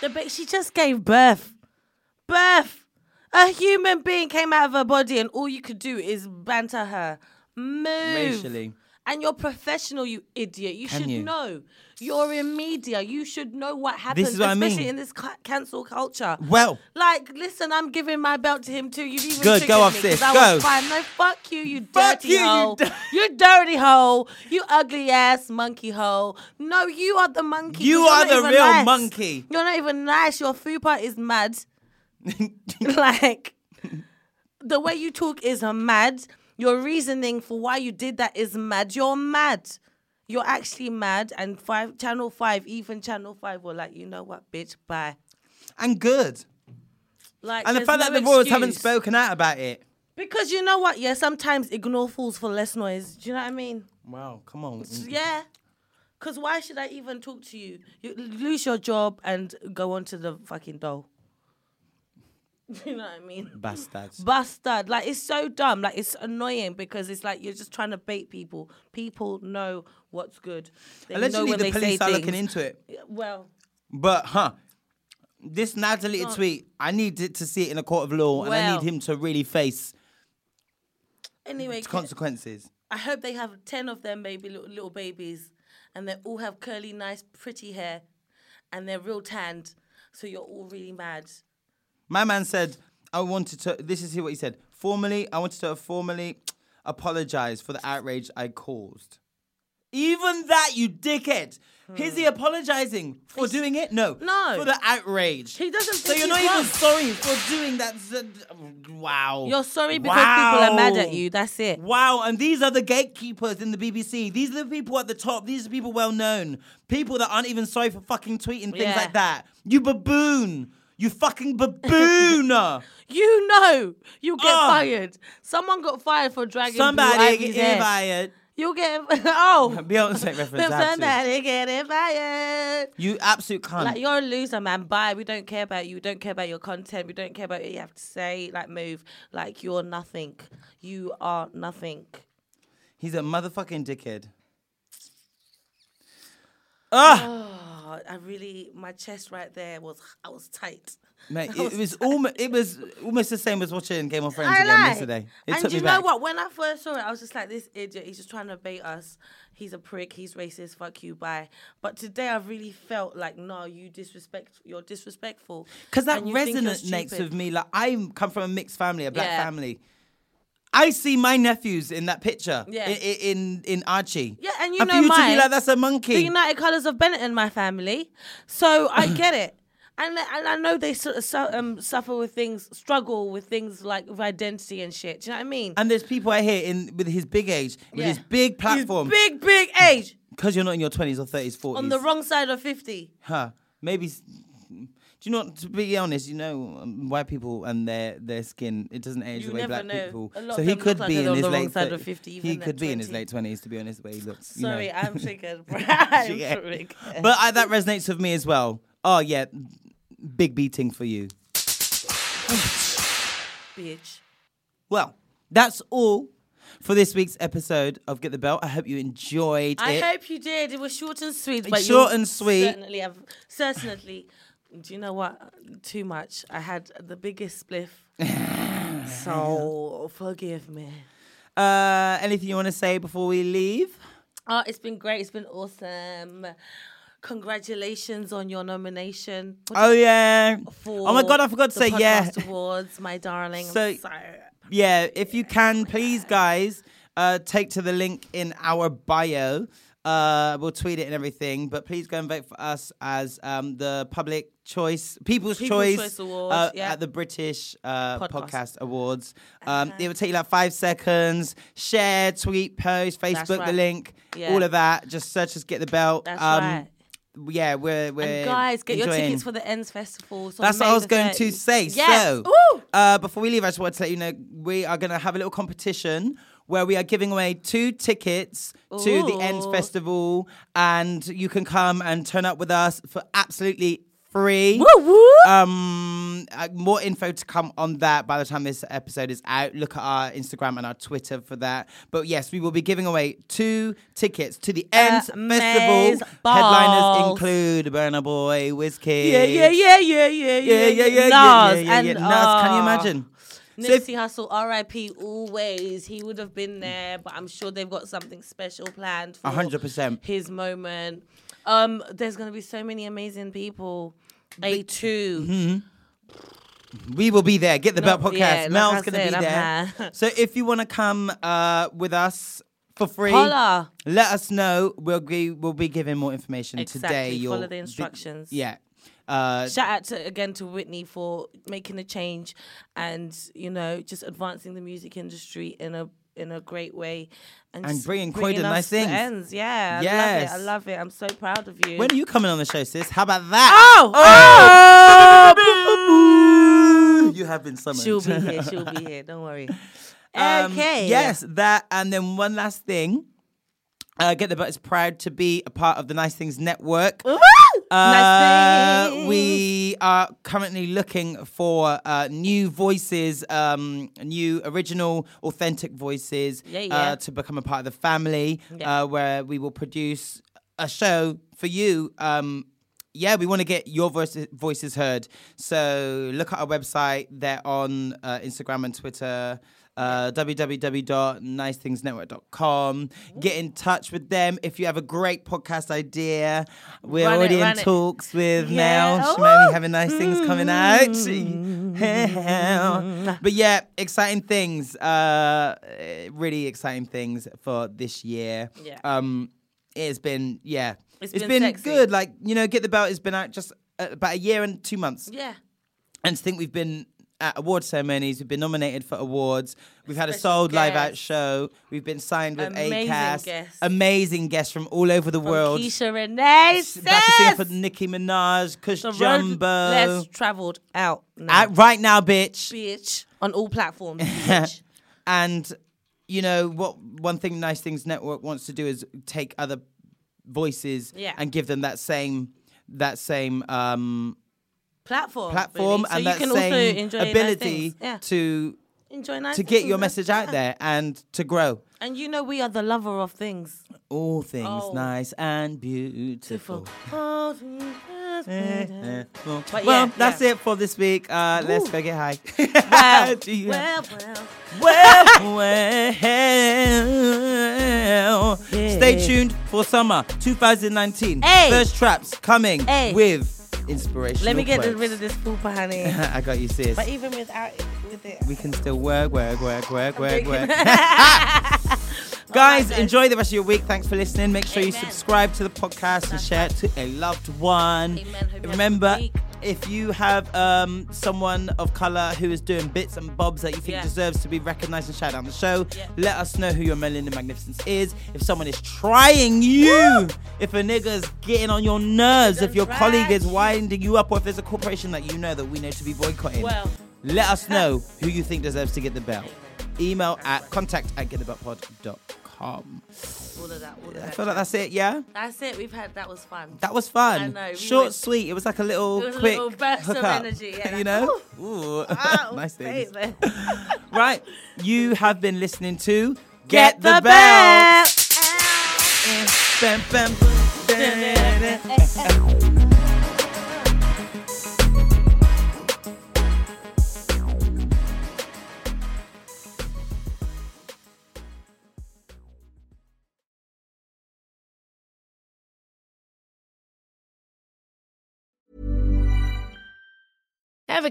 S2: the ba- she just gave birth. Birth. A human being came out of her body, and all you could do is banter her. Move.
S1: Racially.
S2: And you're professional, you idiot. You should
S1: you?
S2: know. You're in media. You should know what happens,
S1: is what I
S2: especially
S1: mean.
S2: in this ca- cancel culture.
S1: Well.
S2: like, listen, I'm giving my belt to him too. You've even
S1: Good, go
S2: triggered
S1: off,
S2: me
S1: sis,
S2: 'cause I
S1: go.
S2: Was fine. No, fuck you, you
S1: Fuck
S2: dirty
S1: you, you
S2: hole.
S1: di-
S2: you dirty hole. You ugly ass monkey hole. No, you are the monkey.
S1: You
S2: 'cause you're
S1: are
S2: not
S1: the
S2: even
S1: real
S2: nice.
S1: monkey.
S2: You're not even nice. Your fupa is mad. like the way you talk is mad. Your reasoning for why you did that is mad. You're mad. You're actually mad. And five channel five, even channel five were like, you know what, bitch, bye.
S1: and good.
S2: Like
S1: And the
S2: there's
S1: fact that
S2: no
S1: the Royals haven't
S2: excuse.
S1: spoken out about it.
S2: Because you know what? Yeah, sometimes ignore fools for less noise. Do you know what I mean?
S1: Wow, come on.
S2: Yeah. Because why should I even talk to you? You lose your job and go on to the fucking doll. you know what I mean?
S1: Bastards.
S2: Bastard. Like, it's so dumb. Like, it's annoying because it's like you're just trying to bait people. People know what's good. They know
S1: Allegedly,
S2: when
S1: the
S2: they
S1: police
S2: say
S1: are
S2: things.
S1: looking into it.
S2: Yeah, well,
S1: But, huh. This now deleted tweet, I need it to see it in a court of law, and I
S2: Well.
S1: need him to really face
S2: anyway,
S1: its consequences.
S2: I hope they have 10 of them baby little, little babies and they all have curly, nice, pretty hair and they're real tanned. So you're all really mad.
S1: My man said, I wanted to, this is what he said. Formally, I wanted to formally apologize for the outrage I caused. Even that, you dickhead. Is he apologizing for doing it? No.
S2: Hmm. No.
S1: For the outrage.
S2: He doesn't
S1: So
S2: think
S1: you're
S2: he's
S1: not even
S2: wrong.
S1: sorry for doing that. Z- Wow.
S2: You're sorry because people are mad at you. That's it.
S1: Wow, and these are the gatekeepers in the BBC. These are the people at the top. These are people well known. People that aren't even sorry for fucking tweeting things
S2: Yeah.
S1: like that. You baboon. You fucking babooner.
S2: You know you get
S1: Oh.
S2: fired. Someone got fired for dragging Blue
S1: Somebody
S2: Ivy's hair.
S1: get fired.
S2: You get oh.
S1: Beyonce reference. I had to.
S2: Somebody get it fired.
S1: You absolute cunt.
S2: Like you're a loser, man. Bye. We don't care about you. We don't care about your content. We don't care about what you have to say. Like move. Like you're nothing. You are nothing.
S1: He's a motherfucking dickhead.
S2: Oh, I really my chest right there was I was tight.
S1: Mate, it, was almost it was almost the same as watching Game of Thrones
S2: I
S1: again
S2: like.
S1: yesterday. It
S2: and
S1: took
S2: you
S1: me
S2: know
S1: back.
S2: what? When I first saw it, I was just like, "This idiot! He's just trying to bait us. He's a prick. He's racist. Fuck you, bye." But today, I really felt like, "No, you disrespect. You're disrespectful."
S1: Because that
S2: and you think you're
S1: resonates
S2: stupid.
S1: with me. Like I come from a mixed family, a black
S2: Yeah.
S1: family. I see my nephews in that picture.
S2: Yeah.
S1: i- i- In in, Archie.
S2: Yeah, and you
S1: and
S2: know
S1: for you to be
S2: mine.
S1: like that's a monkey.
S2: the United Colors of Benetton, my family. So I get it. And, and I know they su- su- um, suffer with things, struggle with things like with identity and shit. Do you know what I mean?
S1: and there's people out here in with his big age, with his
S2: Yeah.
S1: big platform.
S2: Big, big age
S1: Because you're not in your twenties or thirties, forties.
S2: on the wrong side of 50.
S1: huh? Maybe. s- Do you know? what, To be honest, you know, um, white people and their their skin it doesn't age
S2: You
S1: the way
S2: never
S1: black
S2: know.
S1: people.
S2: A lot
S1: So
S2: of
S1: he
S2: them
S1: could
S2: look like
S1: be
S2: they're
S1: in
S2: on
S1: his
S2: the wrong
S1: late
S2: side of
S1: thir-
S2: 50,
S1: He
S2: even at
S1: could be in his
S2: 20.
S1: late twenties, to be honest, the way he looks. you know.
S2: Sorry, I'm triggered. bro. I'm
S1: Yeah.
S2: triggered.
S1: but I, that resonates with me as well. Oh yeah, big beating for you.
S2: Bitch.
S1: Well, that's all for this week's episode of Get the Belt. I hope you enjoyed
S2: I
S1: it.
S2: hope you did. It was short and sweet. But
S1: short
S2: you
S1: and sweet.
S2: Certainly, have, certainly. Do you know what? Too much. I had the biggest spliff. so forgive me.
S1: uh, anything you want to say before we leave?
S2: Oh, it's been great. It's been awesome. Congratulations on your nomination
S1: Oh yeah.
S2: for
S1: oh my god, I forgot to
S2: the
S1: say yeah.
S2: Podcast Awards, my darling.
S1: So-
S2: I'm sorry.
S1: Yeah, if you can, please, guys, uh, take to the link in our bio. Uh, we'll tweet it and everything, but please go and vote for us as um, the public choice, people's,
S2: People's Choice Awards,
S1: uh,
S2: yeah.
S1: at the British uh, podcast.
S2: Podcast. Uh-huh.
S1: Awards. Um, It will take you like five seconds. Share, tweet, post, Facebook the
S2: right.
S1: link,
S2: Yeah.
S1: all of that. Just search us, get the belt. Um,
S2: That's right.
S1: Yeah, we're we're
S2: And guys, get your
S1: enjoying.
S2: tickets for the Ends Festival. It's on
S1: That's what
S2: May
S1: I was
S2: the
S1: going to
S2: 30th.
S1: say.
S2: Yes.
S1: So,
S2: Woo!
S1: uh, before we leave, I just wanted to let you know we are going to have a little competition where we are giving away two tickets to the Ends
S2: Ooh.
S1: Festival, and you can come and turn up with us for absolutely free. Um, uh, more info to come on that by the time this episode is out. Look at our Instagram and our Twitter for that. But yes, we will be giving away two tickets to the Ends Festival. Headliners
S2: Amazeballs.
S1: include Burner Boy, Wizkid.
S2: Yeah, yeah, yeah, yeah, yeah,
S1: Yeah,
S2: yeah,
S1: yeah, yeah,
S2: Nas
S1: yeah, yeah,
S2: and
S1: yeah, Nas, can you
S2: uh,
S1: imagine? So if-
S2: Nipsey Hussle, R.I.P. Always, he would have been there, but I'm sure they've got something special planned for
S1: A hundred percent.
S2: his moment. Um, there's gonna be so many amazing people. A two,
S1: Mm-hmm. We will be there. Get the
S2: Not-
S1: belt podcast.
S2: yeah, like
S1: Mel's
S2: I
S1: gonna
S2: said,
S1: be
S2: I'm
S1: there.
S2: high.
S1: so if you want to come uh, with us for free,
S2: Holla.
S1: let us know. We'll be we'll be giving more information today.
S2: Exactly.
S1: You'll
S2: Follow the
S1: be-
S2: instructions.
S1: yeah. Uh,
S2: Shout out to again to Whitney for making a change, and you know just advancing the music industry in a in a great way, and,
S1: And
S2: just
S1: bringing Croydon
S2: us
S1: nice
S2: to
S1: things.
S2: Ends. Yeah, I love
S1: Yes.
S2: it. I love it. I'm so proud of you.
S1: when are you coming on the show, sis? How about that?
S2: oh, oh!
S1: You have been summoned.
S2: she'll be here. She'll be here. Don't worry.
S1: Um,
S2: okay.
S1: Yes, that. And then one last thing. Uh, Get the Butt is proud to be a part of the Nice Things Network.
S2: Nice
S1: Uh,
S2: things.
S1: We are currently looking for uh, new voices, um, new original, authentic voices
S2: Yeah,
S1: Uh,
S2: yeah.
S1: to become a part of the family, uh, where we will produce a show for you. Um, yeah, we want to get your voices, voices heard. So look at our website. They're on uh, Instagram and Twitter. Uh, www.nicethingsnetwork.com. Get in touch with them if you have a great podcast idea. We're
S2: Run it,
S1: already in
S2: run it.
S1: talks with
S2: Yeah.
S1: now. She
S2: Oh.
S1: might be having nice things coming out. but yeah, exciting things. Uh, eh, really exciting things for this year.
S2: Yeah.
S1: Um, it's been yeah.
S2: It's
S1: it's been,
S2: been sexy.
S1: good. Like you know, get the belt has been out just uh, about a year and two months.
S2: Yeah.
S1: And to think we've been at award ceremonies, we've been nominated for awards, we've had a
S2: Special
S1: sold live out
S2: guests.
S1: show, we've been signed with
S2: Amazing
S1: ACAS,
S2: guests.
S1: amazing guests from all over the world.
S2: Keisha Renee.
S1: Back to singing for
S2: sis!
S1: Nicki Minaj, Kush
S2: The road
S1: Jumbo.
S2: less traveled out now,
S1: At right now, bitch.
S2: bitch, on all platforms. bitch.
S1: And you know what? One thing Nice Things Network wants to do is take other voices
S2: Yeah.
S1: and give them that same that same um,
S2: platform,
S1: platform
S2: really. So
S1: and
S2: you
S1: that
S2: can
S1: same
S2: also enjoy nice
S1: ability
S2: things. yeah.
S1: to
S2: enjoy nice
S1: to
S2: things
S1: get your
S2: and-
S1: message out there and to grow.
S2: And you know we are the lover of things.
S1: All things
S2: Oh.
S1: nice and beautiful.
S2: Oh, yes,
S1: Eh,
S2: baby.
S1: eh, well,
S2: But
S1: well,
S2: yeah,
S1: that's
S2: yeah.
S1: it for this week. Uh, let's go get high.
S2: Well,
S1: Do you have-
S2: well, well.
S1: well, well. Stay tuned for summer 2019.
S2: Hey.
S1: First traps coming
S2: Hey.
S1: with inspiration.
S2: Let me get rid of this pooper, honey.
S1: I got you, sis.
S2: but even without it, with it,
S1: We can still work, work, work, work, work,
S2: drinking.
S1: work. Guys, enjoy the rest of your week. Thanks for listening. Make sure you
S2: Amen.
S1: subscribe to the podcast and share it to a loved one.
S2: Amen. Hope you have a
S1: Remember,
S2: good week.
S1: if you have um, someone of color who is doing bits and bobs that you think
S2: Yeah.
S1: deserves to be recognized and shouted out on the show,
S2: Yeah.
S1: let us know who your Melinda Magnificence is. If someone is trying you, if a nigga is getting on your nerves, if your
S2: Don't
S1: colleague is
S2: try you.
S1: winding you up, or if there's a corporation that you know that we know to be boycotting.
S2: Well.
S1: Let us know who you think deserves to get the belt. Email at contact at getthebeltpod.com.
S2: all of that, all of
S1: I
S2: that.
S1: feel like that's it, yeah?
S2: That's it. We've had that was fun.
S1: That was fun.
S2: I know, we
S1: Short,
S2: went-
S1: sweet. It was like a little
S2: It was a
S1: quick
S2: little burst of
S1: hookup,
S2: energy, yeah,
S1: you
S2: like,
S1: know? Ooh.
S2: Ah,
S1: nice things.
S2: statement.
S1: Right. You have been listening to
S2: Get the
S1: Belt.
S2: belt.
S1: Bam, bam, bam, bam.
S5: Ever